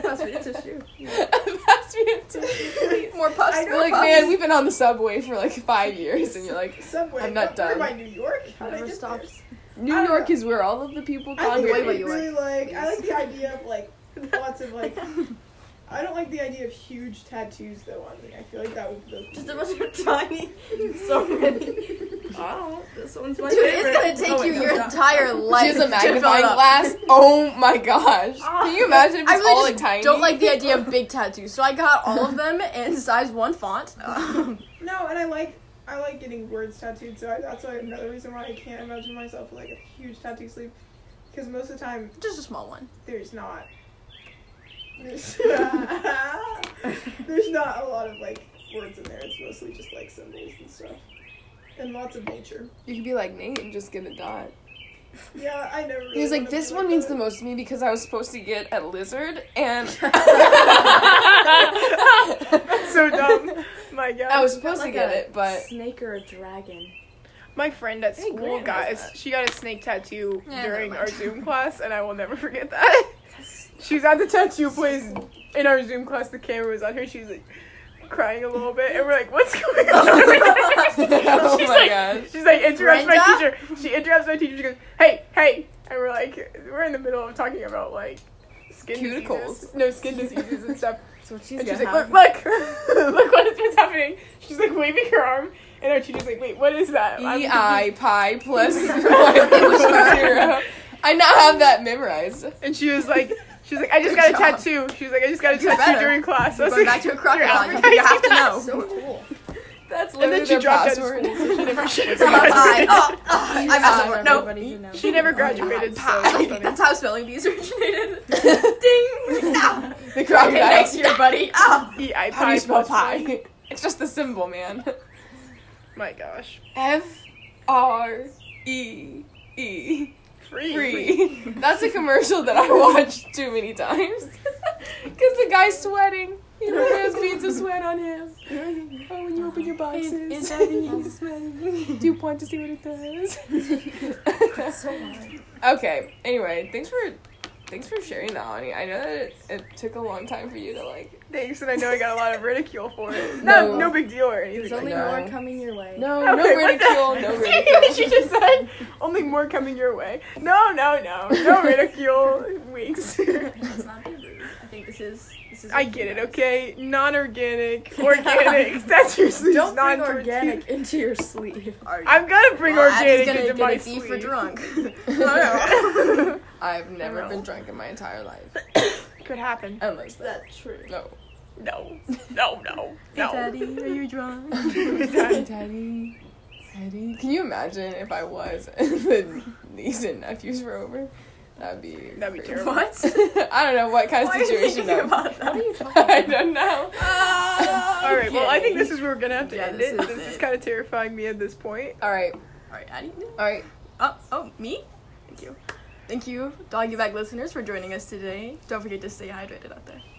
[SPEAKER 4] Pass me a tissue.
[SPEAKER 3] *laughs* me a tissue, please.
[SPEAKER 2] More puffs.
[SPEAKER 1] I know
[SPEAKER 3] You're like, man, we've been on the subway for like five years, and you're like,
[SPEAKER 1] Subway.
[SPEAKER 3] I'm not
[SPEAKER 1] Where
[SPEAKER 3] done.
[SPEAKER 1] am I, New York? How did I
[SPEAKER 4] Never
[SPEAKER 1] get
[SPEAKER 4] stops.
[SPEAKER 1] there? I
[SPEAKER 3] New
[SPEAKER 1] don't
[SPEAKER 3] York
[SPEAKER 1] know.
[SPEAKER 3] is where all of the people
[SPEAKER 1] I think
[SPEAKER 2] Way
[SPEAKER 1] it'd
[SPEAKER 2] what
[SPEAKER 1] be
[SPEAKER 3] congregate.
[SPEAKER 2] you
[SPEAKER 1] really like. I like
[SPEAKER 2] Please.
[SPEAKER 1] the idea of like lots of like. I don't like the idea of huge tattoos though on me. I feel like that would look.
[SPEAKER 4] Just a bunch of *laughs* tiny. So many. *laughs* Oh, this one's
[SPEAKER 2] *laughs*
[SPEAKER 4] my
[SPEAKER 2] Dude, it's gonna
[SPEAKER 4] favorite.
[SPEAKER 2] take
[SPEAKER 4] Oh,
[SPEAKER 2] you
[SPEAKER 4] wait,
[SPEAKER 2] your
[SPEAKER 4] no, it's not.
[SPEAKER 2] entire life.
[SPEAKER 3] She has a
[SPEAKER 2] to fill it
[SPEAKER 3] magnifying
[SPEAKER 2] up.
[SPEAKER 3] glass. *laughs* Ah, Oh my gosh! Can you imagine if it's
[SPEAKER 2] I really
[SPEAKER 3] all
[SPEAKER 2] just
[SPEAKER 3] like tiny?
[SPEAKER 2] don't like
[SPEAKER 3] *laughs*
[SPEAKER 2] the idea of big tattoos, so I got all of them in size one
[SPEAKER 3] *laughs*
[SPEAKER 2] font.
[SPEAKER 1] No, and I like I like getting words tattooed, so I, that's why another reason why I can't imagine myself with like a huge tattoo sleeve, because most of the time
[SPEAKER 2] Just a small one.
[SPEAKER 1] there's not. There's, *laughs* there's not a lot of like words in there. It's mostly just like symbols and stuff, and lots of nature.
[SPEAKER 3] You could be like Nate and just get a dot.
[SPEAKER 1] Yeah, I never. Really
[SPEAKER 3] He's
[SPEAKER 1] wanna
[SPEAKER 3] like,
[SPEAKER 1] be
[SPEAKER 3] this one means
[SPEAKER 1] that.
[SPEAKER 3] the most to me because I was supposed to get a lizard, *laughs* and
[SPEAKER 1] so dumb. My God.
[SPEAKER 3] I was supposed
[SPEAKER 4] Like
[SPEAKER 3] to get
[SPEAKER 4] a
[SPEAKER 3] it, but *laughs*
[SPEAKER 4] snake or a dragon.
[SPEAKER 1] *laughs* My friend at
[SPEAKER 3] Hey,
[SPEAKER 1] school
[SPEAKER 3] Grant
[SPEAKER 1] got a,
[SPEAKER 3] has that.
[SPEAKER 1] she got a snake tattoo
[SPEAKER 2] Yeah,
[SPEAKER 1] during
[SPEAKER 2] never
[SPEAKER 1] our
[SPEAKER 2] mind. *laughs*
[SPEAKER 1] Zoom class, and I will never forget
[SPEAKER 3] *laughs*
[SPEAKER 1] that. she was at the tattoo place in our Zoom class. The camera was on her. She was like crying a little bit, and we're like, "What's going
[SPEAKER 2] *laughs*
[SPEAKER 1] on?" *laughs*
[SPEAKER 3] oh
[SPEAKER 1] she's
[SPEAKER 3] my
[SPEAKER 1] like,
[SPEAKER 3] gosh.
[SPEAKER 1] she's like interrupts my
[SPEAKER 2] Brenda?
[SPEAKER 1] teacher. She interrupts my teacher. She goes, "Hey, hey!" And we're like, we're in the middle of talking about like skin diseases,
[SPEAKER 3] Cuticles.
[SPEAKER 1] no skin diseases and stuff.
[SPEAKER 4] So she's
[SPEAKER 1] And
[SPEAKER 4] gonna
[SPEAKER 1] she's like,
[SPEAKER 4] have.
[SPEAKER 1] look, look, *laughs* look what is what's happening. She's like waving her arm, and our teacher's like, wait, what is that? I'm
[SPEAKER 3] E I pi *laughs* plus one equals zero. I now have that memorized.
[SPEAKER 1] confused. And she was like, she was like, I just
[SPEAKER 2] Good
[SPEAKER 1] got a
[SPEAKER 2] job.
[SPEAKER 1] tattoo. She was like, I just got a tattoo
[SPEAKER 2] better.
[SPEAKER 1] during class. I was
[SPEAKER 2] Going
[SPEAKER 1] like,
[SPEAKER 2] back to a crocodile,
[SPEAKER 1] "You're
[SPEAKER 2] you have to
[SPEAKER 1] advertising
[SPEAKER 2] know.
[SPEAKER 4] so cool.
[SPEAKER 3] *laughs*
[SPEAKER 1] *laughs*
[SPEAKER 3] That's
[SPEAKER 1] And
[SPEAKER 3] literally
[SPEAKER 1] then she
[SPEAKER 3] their
[SPEAKER 1] dropped out of
[SPEAKER 3] password.
[SPEAKER 1] school.
[SPEAKER 3] *laughs*
[SPEAKER 1] So *laughs* she never, she never
[SPEAKER 2] So I'm
[SPEAKER 1] graduated. *laughs*
[SPEAKER 2] like, oh, oh, I messed up. No,
[SPEAKER 4] Uh, no.
[SPEAKER 1] She
[SPEAKER 4] *laughs*
[SPEAKER 1] never graduated. So that's funny.
[SPEAKER 2] That's how spelling bees
[SPEAKER 3] *laughs*
[SPEAKER 2] originated. Ding! Ow. *laughs*
[SPEAKER 3] The
[SPEAKER 2] Okay,
[SPEAKER 3] crocodile.
[SPEAKER 2] next year, buddy. Ow.
[SPEAKER 1] E I
[SPEAKER 3] *laughs* How do
[SPEAKER 1] pi
[SPEAKER 3] you spell
[SPEAKER 1] plus one.
[SPEAKER 3] pie? It's just the symbol, man.
[SPEAKER 1] My gosh.
[SPEAKER 3] *laughs* F R E E.
[SPEAKER 1] Free.
[SPEAKER 3] Free. *laughs* That's a commercial that I watched too many
[SPEAKER 2] *laughs*
[SPEAKER 3] times. Because the guy's sweating. You know, there's beads of sweat
[SPEAKER 2] *laughs*
[SPEAKER 3] on him. Oh, when you open your boxes,
[SPEAKER 2] It's- it's
[SPEAKER 3] *laughs* he's sweating. Do you want to see what it does? okay. Anyway, thanks for thanks for sharing that, honey. I know that it, it took a long time for you to like
[SPEAKER 1] Thanks, and I know I got a lot of ridicule for it.
[SPEAKER 3] No.
[SPEAKER 1] No, no big deal or anything.
[SPEAKER 4] There's
[SPEAKER 1] like
[SPEAKER 4] only
[SPEAKER 1] that. *laughs*
[SPEAKER 4] more coming your way.
[SPEAKER 3] No,
[SPEAKER 1] Okay,
[SPEAKER 3] no
[SPEAKER 1] what the-
[SPEAKER 3] ridicule,
[SPEAKER 1] *laughs*
[SPEAKER 3] no
[SPEAKER 1] See what she
[SPEAKER 3] ridicule.
[SPEAKER 1] just said? Only more coming your way. No, no, no. No ridicule. Weeks. *laughs*
[SPEAKER 2] Let's not be rude. I think this is this is.
[SPEAKER 1] I get it, okay? Non organic, organic. That's your sleep.
[SPEAKER 4] Don't
[SPEAKER 1] non
[SPEAKER 4] bring organic into your sleeve.
[SPEAKER 1] I'm gonna bring organic
[SPEAKER 2] gonna
[SPEAKER 1] into
[SPEAKER 2] get
[SPEAKER 1] my
[SPEAKER 2] a D for
[SPEAKER 1] sleep. *laughs*
[SPEAKER 2] drunk.
[SPEAKER 1] No.
[SPEAKER 3] I've never
[SPEAKER 1] No.
[SPEAKER 3] been drunk in my entire life.
[SPEAKER 1] *coughs* Could happen.
[SPEAKER 3] Unless that.
[SPEAKER 2] That's true.
[SPEAKER 3] No.
[SPEAKER 1] No. No, no. No.
[SPEAKER 2] are you drunk?
[SPEAKER 1] Daddy.
[SPEAKER 3] Daddy. Daddy. Can you imagine if I was *laughs* and the niece and nephews were over? That'd be.
[SPEAKER 1] That'd be
[SPEAKER 3] crazy.
[SPEAKER 1] terrible.
[SPEAKER 2] What?
[SPEAKER 3] *laughs* I don't know what kind of
[SPEAKER 2] Why are you
[SPEAKER 3] situation
[SPEAKER 2] thinking
[SPEAKER 3] that would
[SPEAKER 2] about that? *laughs*
[SPEAKER 3] I don't know. *laughs*
[SPEAKER 1] All right. Well, I think this is where we're gonna have to
[SPEAKER 2] Yeah,
[SPEAKER 1] end
[SPEAKER 2] this
[SPEAKER 1] it.
[SPEAKER 2] is
[SPEAKER 1] This is
[SPEAKER 2] it.
[SPEAKER 1] kind of terrifying me at this point.
[SPEAKER 3] Alright,
[SPEAKER 2] Alright, Addie.
[SPEAKER 3] alright.
[SPEAKER 2] Oh, oh, me? Thank you. Thank you, Doggy Bag listeners, for joining us today. Don't forget to stay hydrated out there.